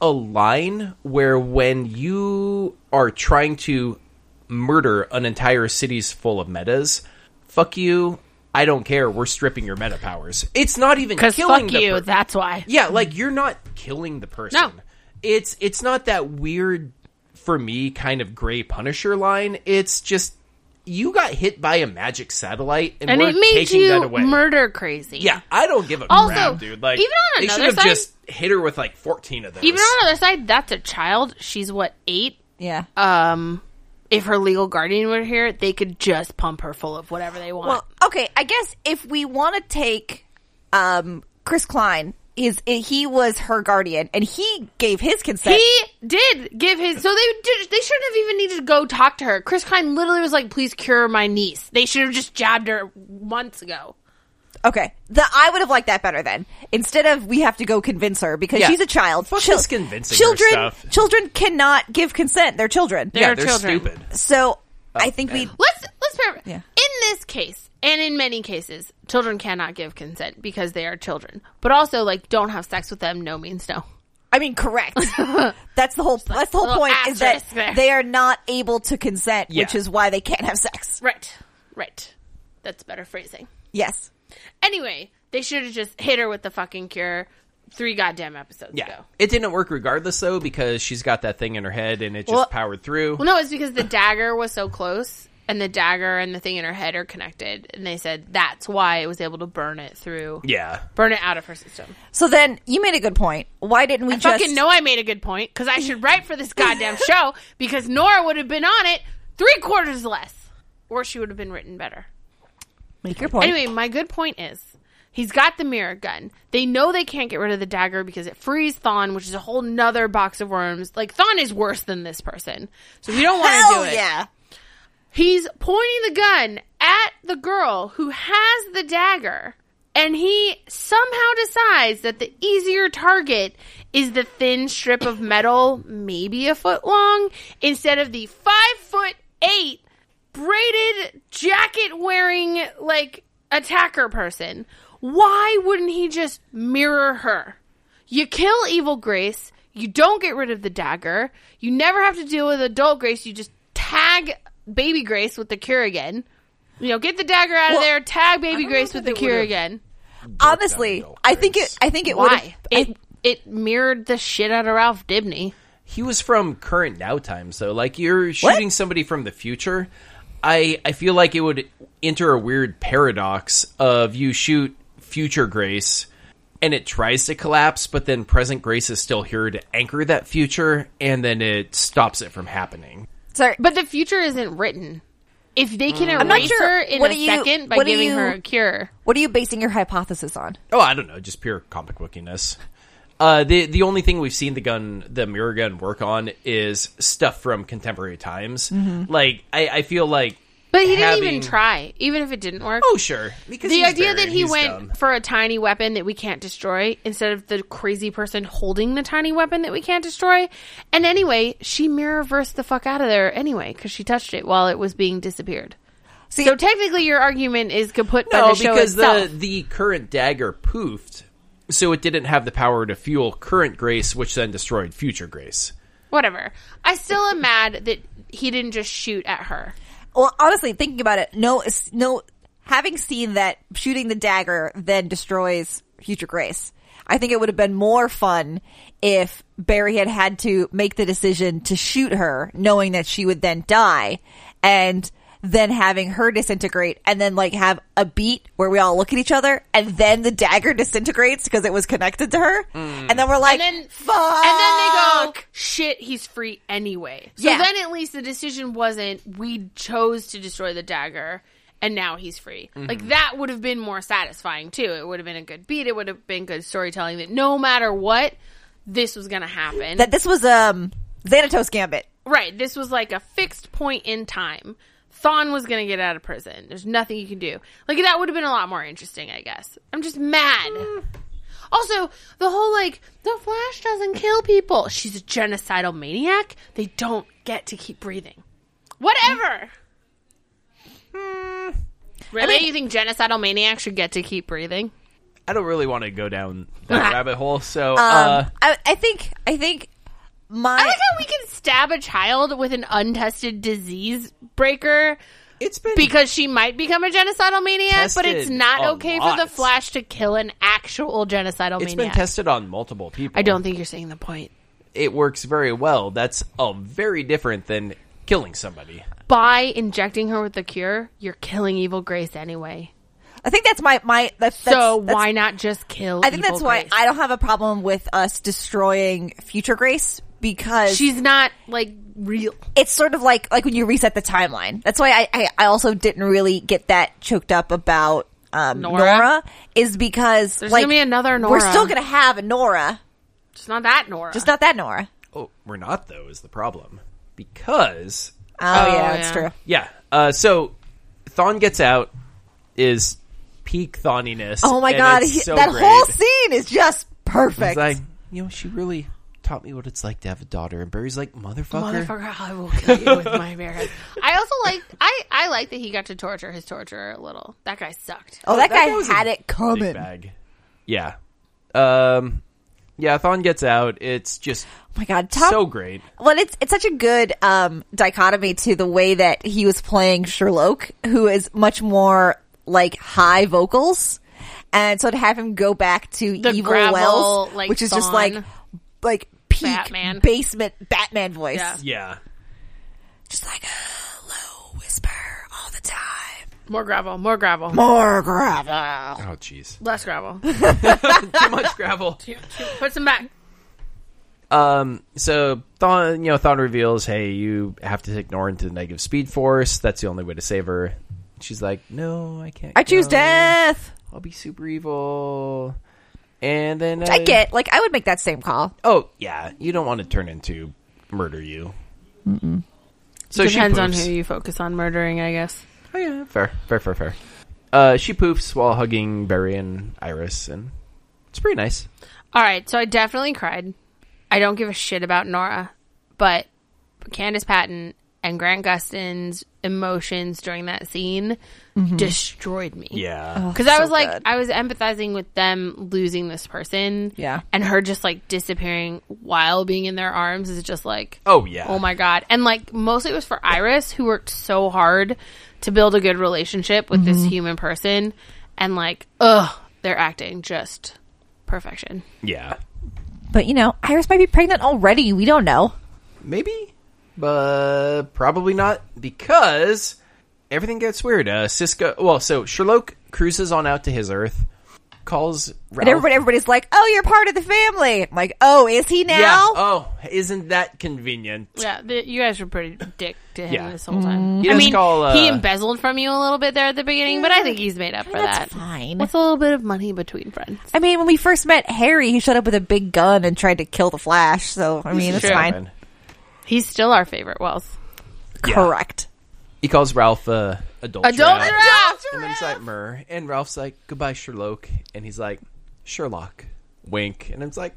S1: a line where when you are trying to murder an entire city's full of metas, fuck you. I don't care. We're stripping your meta powers. It's not even
S3: Because
S1: killing
S3: fuck
S1: the
S3: you.
S1: per-
S3: that's why.
S1: yeah, like you're not killing the person.
S3: Hmm. No.
S1: It's it's not that weird for me kind of gray punisher line. It's just you got hit by a magic satellite and,
S3: And
S1: we're
S3: it made
S1: taking that
S3: you
S1: away.
S3: murder crazy.
S1: yeah, I don't give a
S3: Also,
S1: crap, dude. Like
S3: even on
S1: they
S3: another
S1: should have
S3: side-
S1: just hit her with like 14 of those.
S3: Even on the other side, that's a child. She's what, eight?
S2: Yeah.
S3: Um, if her legal guardian were here, they could just pump her full of whatever they want.
S2: Well, okay. I guess if we want to take um, Chris Klein, is eh, he was her guardian, and he gave his consent.
S3: He did give his. So they did, they shouldn't have even needed to go talk to her. Chris Klein literally was like, "Please cure my niece." They should have just jabbed her months ago.
S2: okay, the, I would have liked that better. Then instead of we have to go convince her because
S1: Yeah.
S2: she's a child.
S1: Fuck
S2: Chil-
S1: this convincing her
S2: children.
S1: stuff.
S2: Children cannot give consent. They're children.
S1: yeah,
S3: They're
S1: they're
S3: children.
S1: stupid.
S2: So
S3: Oh,
S2: I think we.
S3: Let's let's par-
S2: Yeah.
S3: in this case and in many cases, children cannot give consent because they are children. But also, like, don't have sex with them. No means no.
S2: I mean, correct. that's the whole. That's the whole
S3: little
S2: point. Is that
S3: asterisk there.
S2: they are not able to consent, which
S1: Yeah.
S2: is why they can't have sex.
S3: Right, right. That's better phrasing.
S2: Yes.
S3: Anyway, they should have just hit her with the fucking cure three goddamn episodes
S1: Yeah.
S3: ago.
S1: It didn't work regardless though because she's got that thing in her head and it just
S2: Well-
S1: powered through.
S3: Well, no, it's because the dagger was so close, and the dagger and the thing in her head are connected, and they said that's why it was able to burn it through,
S1: Yeah.
S3: burn it out of her system.
S2: So then you made a good point. Why didn't we
S3: I
S2: just
S3: fucking know I made a good point because I should write for this goddamn show because Nora would have been on it three quarters less, or she would have been written better.
S2: Make your point.
S3: Anyway, my good point is he's got the mirror gun. They know they can't get rid of the dagger because it frees Thon, which is a whole nother box of worms. Like Thon is worse than this person. So we don't want to
S2: Hell
S3: do it.
S2: yeah.
S3: He's pointing the gun at the girl who has the dagger, and he somehow decides that the easier target is the thin strip of metal, maybe a foot long, instead of the five foot eight braided jacket wearing like attacker person. Why wouldn't he just mirror her? You kill evil Grace. You don't get rid of the dagger. You never have to deal with adult Grace. You just tag baby Grace with the cure again. You know, get the dagger out
S2: Well,
S3: of there. Tag
S2: don't
S3: baby
S2: know
S3: Grace
S2: that
S3: with the
S2: they
S3: cure
S2: would've-
S3: again.
S2: Honestly,
S1: Dumb
S2: I think
S1: Grace.
S2: it. I think it would.
S3: Why? It it mirrored the shit out of Ralph Dibney.
S1: he was from current now time so like you're shooting somebody from the future i i feel like it would enter a weird paradox of you shoot future grace and it tries to collapse but then present grace is still here to anchor that future and then it stops it from happening
S2: Sorry, but
S3: But the future isn't written. If they can
S2: Mm. not
S3: erase
S2: sure.
S3: her in
S2: What
S3: a
S2: do you-
S3: second by
S2: what do
S3: giving
S2: you-
S3: her a cure,
S2: what are you basing your hypothesis on?
S1: oh i don't know just pure comic bookiness uh, the the only thing we've seen the gun the mirror gun work on is stuff from contemporary times. Like I, I feel like
S3: Mm-hmm. but he didn't
S1: having-
S3: even try. Even if it didn't work,
S1: Oh sure, because
S3: the
S1: he's
S3: idea
S1: buried,
S3: that he
S1: he's
S3: went
S1: dumb.
S3: for a tiny weapon that we can't destroy instead of the crazy person holding the tiny weapon that we can't destroy. And anyway, she mirror versed the fuck out of there anyway because she touched it while it was being disappeared.
S2: See,
S3: So technically, your argument is kaput by
S1: No,
S3: the show
S1: Oh, because
S3: itself.
S1: the the current dagger poofed, so it didn't have the power to fuel current grace, which then destroyed future grace.
S3: Whatever. I still am mad that he didn't just shoot at her.
S2: well, honestly, thinking about it, no, it's- no. Having seen that shooting the dagger then destroys future Grace, I think it would have been more fun if Barry had had to make the decision to shoot her, knowing that she would then die, and then having her disintegrate, and then like have a beat where we all look at each other, and then the dagger disintegrates because it was connected to her, and then we're like,
S3: And then
S2: fuck,
S3: And then they go, shit, he's free anyway. So
S2: Yeah.
S3: then at least the decision wasn't we chose to destroy the dagger and now he's free. Like that would have been more satisfying too. It would have been a good beat, it would have been good storytelling that no matter what, this was gonna happen.
S2: that this was um Xanatos Gambit.
S3: right. This was like a fixed point in time. Thon was gonna get out of prison. There's nothing you can do. Like that would have been a lot more interesting, I guess. I'm just mad. Also, the whole like the Flash doesn't kill people. She's a genocidal maniac. They don't get to keep breathing. Whatever. Hmm. Really, you think genocidal maniacs should get to keep breathing?
S1: I don't really want to go down that rabbit hole, so
S2: Um,
S1: uh,
S2: I, I think I think my
S3: I like how we can stab a child with an untested disease breaker
S1: it's been
S3: because she might become a genocidal maniac, but it's
S1: Tested
S3: not
S1: a
S3: okay for
S1: lot.
S3: the Flash to kill an actual genocidal
S1: it's been
S3: maniac.
S1: tested on multiple people.
S3: I don't think you're seeing the point.
S1: it works very well. That's a very different than killing somebody.
S3: By injecting her with the cure, you're killing evil Grace anyway.
S2: I think that's my my that's,
S3: so
S2: that's, that's-
S3: why not just kill?
S2: I think that's why
S3: I,
S2: I don't have a problem with us destroying future Grace because
S3: she's not like real.
S2: it's sort of like like when you reset the timeline. That's why I I, I also didn't really get that choked up about um, Nora.
S3: Nora?
S2: is because
S3: There's
S2: like
S3: gonna be another
S2: We're
S3: Nora.
S2: still gonna have a Nora,
S3: It's not that Nora.
S2: just not that Nora.
S1: Oh, we're not though is the problem because
S2: Oh, yeah, that's
S3: yeah.
S2: true.
S1: yeah. Uh, so Thon gets out is peak Thoniness.
S2: Oh my
S1: and
S2: god,
S1: it's
S2: he-
S1: so
S2: that
S1: great.
S2: whole scene is just perfect.
S1: It's like, oh, you know, she really taught me what it's like to have a daughter. And Barry's like, motherfucker.
S3: Motherfucker, I will kill you with my mirror. I also like I I like that he got to torture his torturer a little. That guy sucked.
S2: oh, that,
S1: that guy was
S2: guy
S1: a
S2: had it
S1: Big
S2: coming.
S1: bag. Yeah. Um, yeah, Thon gets out. It's just
S2: Oh my god, Tom,
S1: so great.
S2: Well, it's it's such a good um, dichotomy to the way that he was playing Sherlock, who is much more like high vocals, and so to have him go back to
S3: The
S2: Evil
S3: gravel,
S2: Wells,
S3: like,
S2: which is just
S3: Thon.
S2: like like peak
S3: Batman.
S2: basement Batman voice,
S3: Yeah.
S1: Yeah.
S2: just like a low whisper all the time,
S3: More gravel, more gravel,
S2: more gravel.
S1: Oh, jeez.
S3: less gravel.
S1: Too much gravel.
S3: Put some back.
S1: Um, so Thon, you know, Thon reveals, hey, you have to take Nora into the negative speed force. That's the only way to save her. She's like, "No, I can't.
S2: I choose
S1: go.
S2: death.
S1: I'll be super evil." And then
S2: I
S1: uh,
S2: get like I would make that same call.
S1: Oh yeah, you don't want to turn into murder you. So she
S3: Depends on
S1: poops.
S3: who you focus on murdering, I guess.
S1: Oh yeah, fair, fair, fair, fair. Uh, she poofs while hugging Barry and Iris, and it's pretty nice.
S3: All right, so I definitely cried. I don't give a shit about Nora, but Candace Patton and Grant Gustin's emotions during that scene destroyed me.
S1: Mm-hmm. Yeah,
S3: Because I
S2: so
S3: was like,
S2: good.
S3: I was empathizing with them losing this person.
S2: Yeah.
S3: And her just like disappearing while being in their arms is just like,
S1: Oh, yeah.
S3: Oh my God. And like, mostly it was for Iris, who worked so hard to build a good relationship with
S2: Mm-hmm.
S3: this human person. And like, ugh, they're acting just perfection.
S1: yeah,
S2: But you know, Iris might be pregnant already. We don't know.
S1: maybe, but probably not because everything gets weird. Uh, Cisco. Well, so Sherlock cruises on out to his Earth, calls Ralph.
S2: And everybody, everybody's like, "Oh, you're part of the family." I'm like, "Oh, is he now?"
S1: yeah. Oh, isn't that convenient?
S3: Yeah. The, you guys were pretty dick to him
S1: Yeah.
S3: this whole
S2: Mm-hmm.
S3: time.
S1: He
S3: I
S1: does
S3: mean,
S1: call,
S3: he
S1: uh,
S3: embezzled from you a little bit there at the beginning, but I think he's made up for
S2: that's
S3: that.
S2: fine.
S3: What's a little bit of money between friends?
S2: I mean, when we first met Harry, he showed up with a big gun and tried to kill the Flash. So I mean, it's
S3: true.
S2: fine.
S3: He's still our favorite Wells.
S1: Yeah.
S2: Correct.
S1: He calls Ralph uh, adult
S3: Adult
S1: giraffe.
S3: giraffe!
S1: And then it's like Myrrh. And Ralph's like, goodbye, Sherlock. And he's like, Sherlock. Wink. And it's like,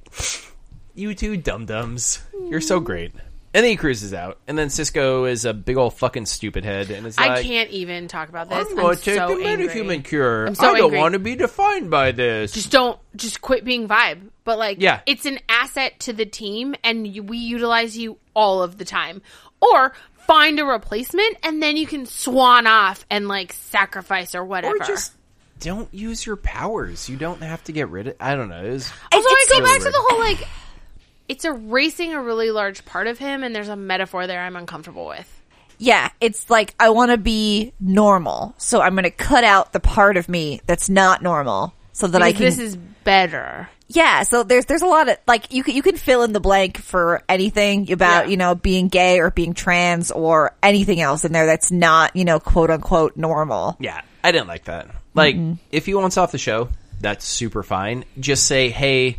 S1: you two dum dums. You're so great. And then he cruises out. And then Cisco is a big old fucking stupid head. And it's like,
S3: I can't even talk about this.
S1: I'm
S3: I'm,
S1: going to take
S3: so
S1: the
S3: angry.
S1: metahuman cure.
S3: I'm so
S1: I don't
S3: angry.
S1: want to be defined by this.
S3: Just don't. Just quit being vibe. But like,
S1: Yeah.
S3: it's an asset to the team, and you, we utilize you all of the time. Or find a replacement, and then you can swan off and like sacrifice or whatever.
S1: or just don't use your powers. You don't have to get rid of I don't know. It was,
S3: Also, I
S2: It's
S3: go
S1: really
S3: back to
S1: weird.
S3: the whole like, it's erasing a really large part of him, and there's a metaphor there I'm uncomfortable with.
S2: Yeah, it's like I want to be normal, so I'm going to cut out the part of me that's not normal, so that I
S3: Like
S2: can.
S3: this is better.
S2: yeah, so there's there's a lot of like you can, you can fill in the blank for anything about
S3: Yeah.
S2: you know being gay or being trans or anything else in there that's not you know quote unquote normal.
S1: Yeah, I didn't like that. Like,
S3: Mm-hmm.
S1: if he wants off the show, that's super fine. Just say, hey,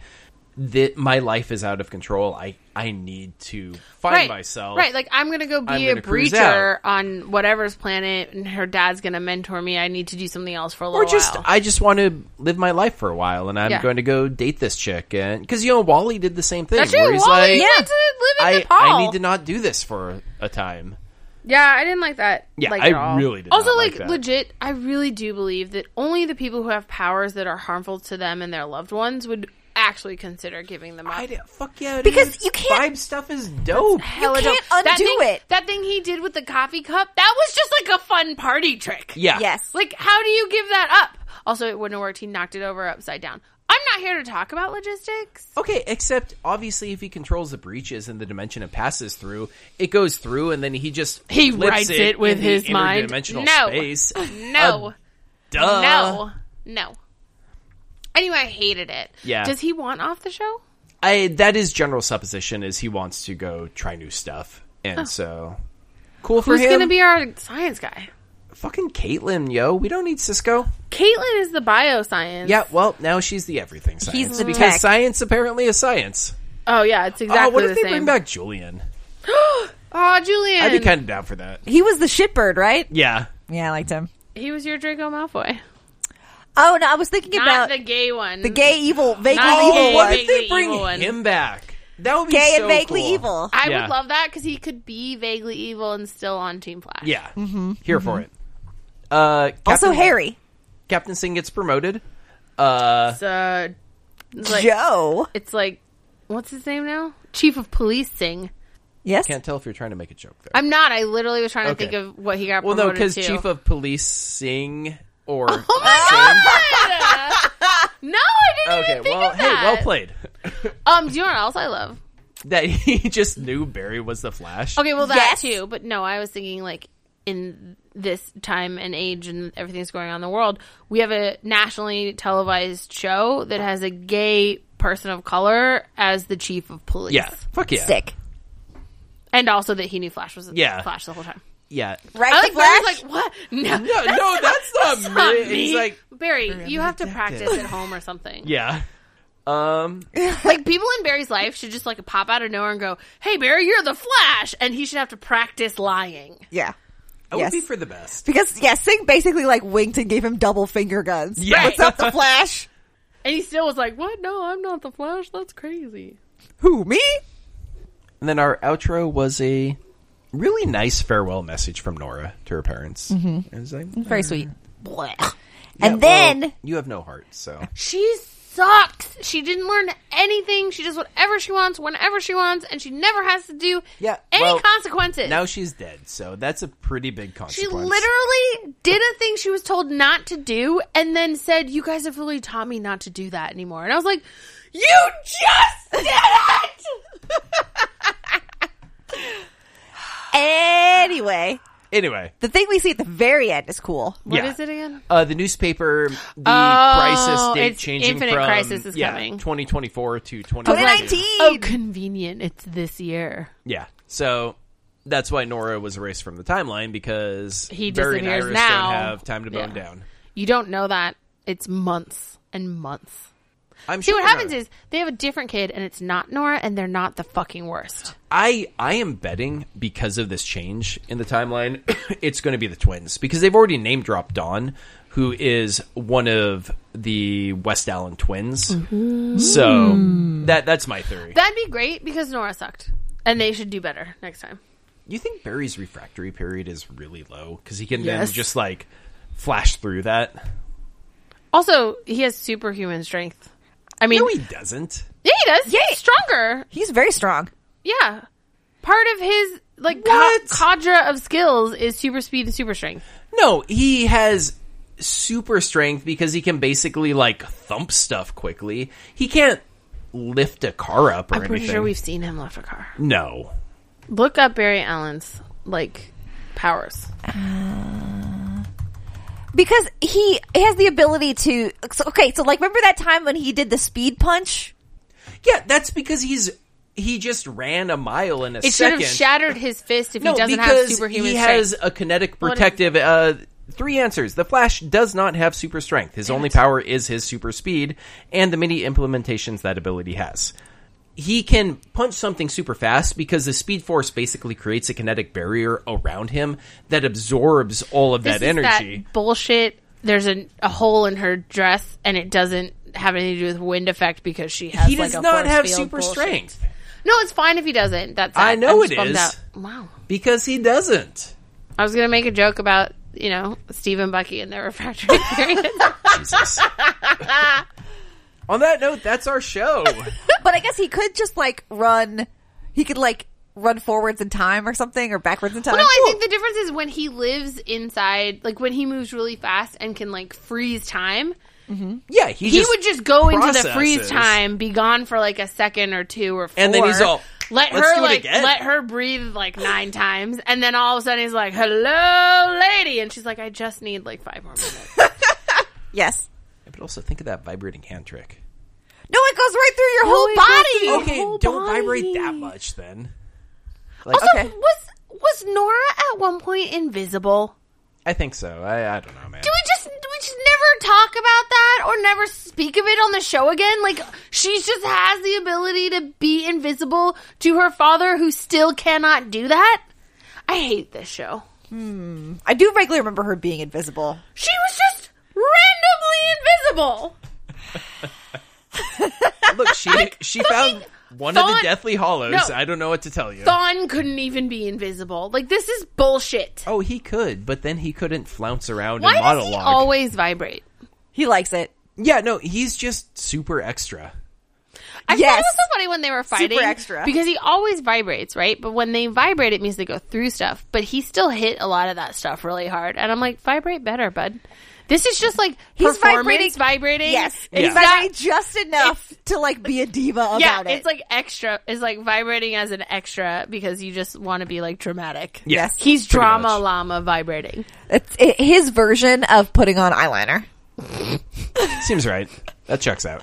S1: th- my life is out of control. I, I need to find
S3: right.
S1: myself.
S3: Right, like I'm gonna go
S1: I'm
S3: be
S1: gonna
S3: a
S1: cruise
S3: breacher
S1: out.
S3: on whatever's planet, and her dad's gonna mentor me. I need to do something else for a
S1: or
S3: little
S1: just,
S3: while.
S1: I just want to live my life for a while, and I'm
S3: Yeah.
S1: going to go date this chick. and Because, you know, Wally did the same thing.
S3: That's
S1: where
S3: true.
S1: he's like,
S3: Wally yeah. to live in
S1: I,
S3: Nepal.
S1: I need to not do this for a time.
S3: yeah, I didn't like that.
S1: Yeah,
S3: like,
S1: I
S3: at all.
S1: really did
S3: Also,
S1: not like
S3: like,
S1: that.
S3: legit, I really do believe that only the people who have powers that are harmful to them and their loved ones would actually consider giving them up.
S1: I did, fuck yeah, it
S2: Because
S1: is.
S2: you can't-
S1: Vibe stuff is dope.
S3: Hella
S2: can't
S3: dope. that
S2: undo
S3: thing,
S2: it.
S3: That thing he did with the coffee cup, that was just like a fun party trick.
S1: Yeah.
S2: Yes.
S3: Like, how do you give that up? Also, it wouldn't have worked. He knocked it over upside down. I'm not here to talk about logistics.
S1: Okay, except obviously, if he controls the breaches and the dimension it passes through, it goes through, and then he just
S3: He
S1: flips
S3: writes it with
S1: in
S3: his
S1: the
S3: mind.
S1: interdimensional
S3: No.
S1: space.
S3: No.
S1: Duh.
S3: no. No. Anyway, I hated it.
S1: Yeah.
S3: Does he want off the show?
S1: I, that is general supposition. Is he wants to go try new stuff, and so cool for
S3: Who's
S1: him.
S3: going to be our science guy?
S1: fucking Caitlyn, yo? We don't need Cisco.
S3: Caitlin is the bioscience.
S1: Yeah, well, now she's the everything science
S2: the
S1: because
S2: tech.
S1: science apparently is science.
S3: Oh, yeah. It's exactly
S1: oh, what
S3: the
S1: if they
S3: same.
S1: bring back Julian?
S3: oh, Julian.
S1: I'd be kind of down for that.
S2: He was the shitbird, right?
S1: Yeah,
S2: Yeah, I liked him.
S3: he was your Draco Malfoy.
S2: Oh no, I was thinking
S3: Not
S2: about
S3: the gay one.
S2: the gay evil, vaguely
S3: Not
S2: evil
S1: Oh,
S2: one.
S3: gay,
S1: what if they
S3: vaguely
S1: bring
S3: evil one.
S1: him back? That would be
S2: gay
S1: so
S2: and vaguely
S1: cool.
S2: evil.
S3: I
S1: Yeah.
S3: would love that because he could be vaguely evil and still on Team Flash.
S1: Yeah,
S3: Mm-hmm.
S1: here for it. Uh,
S2: also,
S1: Captain-
S2: Harry,
S1: Captain Singh gets promoted. Uh,
S3: It's, uh, it's like,
S2: Joe.
S3: it's like, what's his name now? Chief of Policing.
S2: Yes,
S1: can't tell if you're trying to make a joke there.
S3: I'm not. I literally was trying to
S1: Okay.
S3: think of what he got
S1: well, no,
S3: promoted
S1: because
S3: to.
S1: Chief of Police Singh or
S3: no, I
S1: Singh.
S3: didn't
S1: Okay,
S3: even think
S1: well,
S3: of
S1: hey,
S3: that.
S1: well played.
S3: Um, do you know what else I love?
S1: That he just knew Barry was the Flash.
S3: Okay, well that
S2: Yes.
S3: too, but no, I was thinking like in this time and age and everything that's going on in the world, we have a nationally televised show that has a gay person of color as the chief of police.
S1: Yeah, fuck yeah.
S2: sick.
S3: And also that he knew Flash was
S1: Yeah.
S3: Flash the whole time.
S1: yeah.
S2: Right?
S3: I
S2: the
S3: like Barry's
S2: Flash?
S3: like, what? No,
S1: No, no, that's not
S3: that's
S1: me.
S3: not
S1: It's
S3: me.
S1: like-
S3: Barry,
S1: I'm
S3: you have to
S1: detective.
S3: practice at home or something.
S1: Yeah. Um
S3: Like people in Barry's life should just like pop out of nowhere and go, "Hey, Barry, you're the Flash," and he should have to practice lying.
S2: yeah.
S1: it
S2: Yes.
S1: would be for the best.
S2: Because yeah, Singh basically like winked and gave him double finger guns.
S1: Yeah.
S2: What's up, the Flash?
S3: And he still was like, "What? No, I'm not the Flash. That's crazy."
S2: Who me?
S1: And then our outro was a really nice farewell message from Nora to her parents. Mm-hmm. It was like,
S2: Very sweet. Blah.
S1: yeah,
S2: and
S1: well,
S2: then
S1: you have no heart, so
S3: She sucks. She didn't learn anything. She does whatever she wants, whenever she wants, and she never has to do
S1: Yeah,
S3: any
S1: well,
S3: consequences.
S1: now she's dead. So that's a pretty big
S3: She
S1: consequence.
S3: literally did a thing she was told not to do and then said, You guys have really taught me not to do that anymore. And I was like, You just did it!
S2: anyway,
S1: anyway,
S2: the thing we see at the very end is cool.
S3: What
S1: Yeah.
S3: is it again?
S1: uh, the newspaper, the
S3: Oh,
S1: crisis date
S3: it's
S1: changing
S3: Infinite
S1: from
S3: Crisis is
S1: yeah,
S3: coming.
S1: 2024 to
S2: 2019.
S3: Oh, convenient. It's this year.
S1: Yeah. So that's why Nora was erased from the timeline because
S3: He
S1: Barry and
S3: disappears
S1: Iris
S3: now.
S1: don't have time to bone
S3: Yeah.
S1: down.
S3: You don't know that. It's months and months.
S1: I'm
S3: See,
S1: sure
S3: what happens
S1: Nora-
S3: is they have a different kid and it's not Nora and they're not the fucking worst.
S1: I I am betting because of this change in the timeline, it's going to be the twins because they've already name dropped Dawn, who is one of the West Allen twins.
S3: Mm-hmm. Mm.
S1: So that that's my theory.
S3: That'd be great because Nora sucked and they should do better next time.
S1: you think Barry's refractory period is really low because he can
S3: Yes.
S1: then just like flash through that?
S3: Also, he has superhuman strength. I mean,
S1: No, he doesn't.
S3: yeah, he does. He's stronger.
S2: He's very strong.
S3: Yeah, part of his like ca-
S1: What?
S3: cadre of skills is super speed and super strength.
S1: No, he has super strength because he can basically like thump stuff quickly. He can't lift a car up or
S3: I'm pretty
S1: anything.
S3: sure we've seen him lift a car.
S1: no.
S3: Look up Barry Allen's like powers.
S2: Because he has the ability to. So, okay, so like, remember that time when he did the speed punch?
S1: Yeah, that's because he's he just ran a mile in a
S3: It should
S1: second.
S3: have shattered his fist if
S1: no,
S3: he doesn't have
S1: because
S3: superhuman
S1: he
S3: strength.
S1: has a kinetic
S3: is-
S1: protective. Uh, three answers: The Flash does not have super strength. His only power is his super speed and the many implementations that ability has. He can punch something super fast because the speed force basically creates a kinetic barrier around him that absorbs all of that
S3: This is
S1: energy.
S3: that bullshit. There's a, a hole in her dress, and it doesn't have anything to do with wind effect because she has.
S1: he
S3: like,
S1: does
S3: a
S1: not
S3: force
S1: have
S3: field
S1: super
S3: bullshit.
S1: strength
S3: No, it's fine if he doesn't. That's
S1: I
S3: it.
S1: know
S3: I'm
S1: it
S3: just bummed
S1: is.
S3: Out. Wow.
S1: because he doesn't.
S3: I was gonna make a joke about you know Steve and Bucky and their refractory period.
S1: Jesus. On that note, that's our show.
S2: But I guess he could just like run. He could like run forwards in time or something, or backwards in time.
S3: no, I think the difference is when he lives inside, like when he moves really fast and can like freeze time.
S1: Yeah, he,
S3: He would just go into the freeze
S1: processes.
S3: time, be gone for like a second or two or four,
S1: And then he's all,
S3: let
S1: "Let's
S3: her
S1: do it
S3: like
S1: again."
S3: let her breathe like nine times, and then all of a sudden he's like, "Hello, lady," and she's like, "I just need like five more minutes."
S2: yes.
S1: But also think of that vibrating hand trick.
S2: No, it goes right through your
S3: it
S2: whole
S3: goes
S2: body.
S3: through-
S1: Okay,
S3: whole
S1: don't
S3: body.
S1: vibrate that much then.
S3: Also,
S2: Okay.
S3: was was Nora at one point invisible?
S1: I think so. I, I don't know, man.
S3: Do we just do we just never talk about that or never speak of it on the show again? Like she just has the ability to be invisible to her father who still cannot do that. I hate this show.
S2: I do regularly remember her being invisible.
S3: She was just randomly invisible.
S1: Look, she she found one of the
S3: Thawne-
S1: Deathly Hollows.
S3: No.
S1: I don't know what to tell you.
S3: Thon couldn't even be invisible. Like this is bullshit.
S1: Oh, he could, but then he couldn't flounce around
S3: Why
S1: and
S3: does
S1: monologue.
S3: he always vibrate?
S2: He likes it.
S1: yeah, no, he's just super extra.
S3: I thought
S2: Yes.
S3: it was so funny when they were fighting.
S2: extra.
S3: Because he always vibrates, right? But when they vibrate, it means they go through stuff. But he still hit a lot of that stuff really hard. And I'm like, vibrate better, bud. This is just like
S2: He's
S3: performance
S2: vibrating-
S3: vibrating.
S2: Yes,
S3: It's
S1: Yeah.
S2: he's vibrating just enough to like be a diva about
S3: yeah,
S2: it.
S3: it's like extra. It's like vibrating as an extra because you just want to be like dramatic.
S2: Yes.
S3: He's
S1: pretty
S3: drama
S1: much.
S3: llama vibrating.
S2: it's it, his version of putting on eyeliner.
S1: Seems right. That checks out.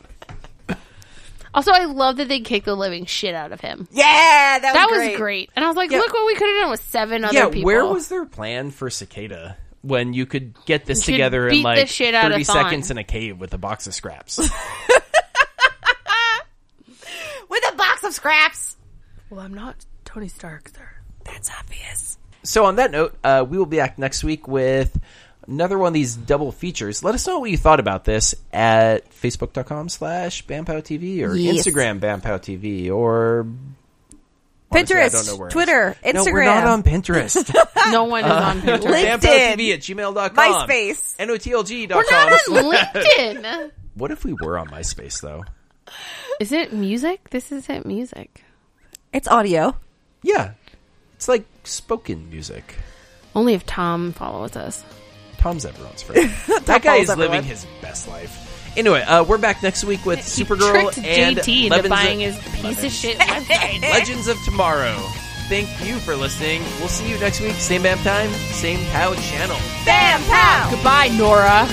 S3: Also, I love that they kicked the living shit out of him.
S2: Yeah, that,
S3: That
S2: was,
S3: was great. And I was like,
S1: Yeah.
S3: look what we could have done with seven other
S1: yeah,
S3: people.
S1: where was their plan for Cicada when you could get this
S3: You could
S1: together in
S3: beat the
S1: like
S3: shit out of
S1: 30
S3: Thawne.
S1: seconds in a cave with a box of scraps?
S2: With a box of scraps.
S3: Well, I'm not Tony Stark, sir.
S2: That's obvious.
S1: so, on that note, uh, we will be back next week with another one of these double features. Let us know what you thought about this at facebook.com slash BamPowTV or
S2: Yes.
S1: Instagram BamPowTV or Honestly, I don't know where else.
S2: Pinterest, Twitter,
S1: No,
S2: Instagram.
S1: we're not on Pinterst.
S3: No one is on Pinterest.
S2: LinkedIn.
S1: BamPowTV at gmail.com.
S2: MySpace.
S1: NOTLG.com.
S3: We're not on LinkedIn.
S1: what if we were on MySpace, though?
S3: Is it music? This isn't music.
S2: It's audio.
S1: Yeah. It's like spoken music.
S3: Only if Tom follows us.
S1: Tom's everyone's friend. that guy
S2: follows
S1: is
S2: everyone.
S1: living his best life. Anyway, uh, we're back next week with
S3: he
S1: Supergirl
S3: tricked
S1: and
S3: JT into
S1: Levin's-
S3: buying his piece of shit website.
S1: Legends of Tomorrow. Thank you for listening. We'll see you next week. Same BAM time, same POW channel.
S2: Bam, pow.
S3: Goodbye, Nora.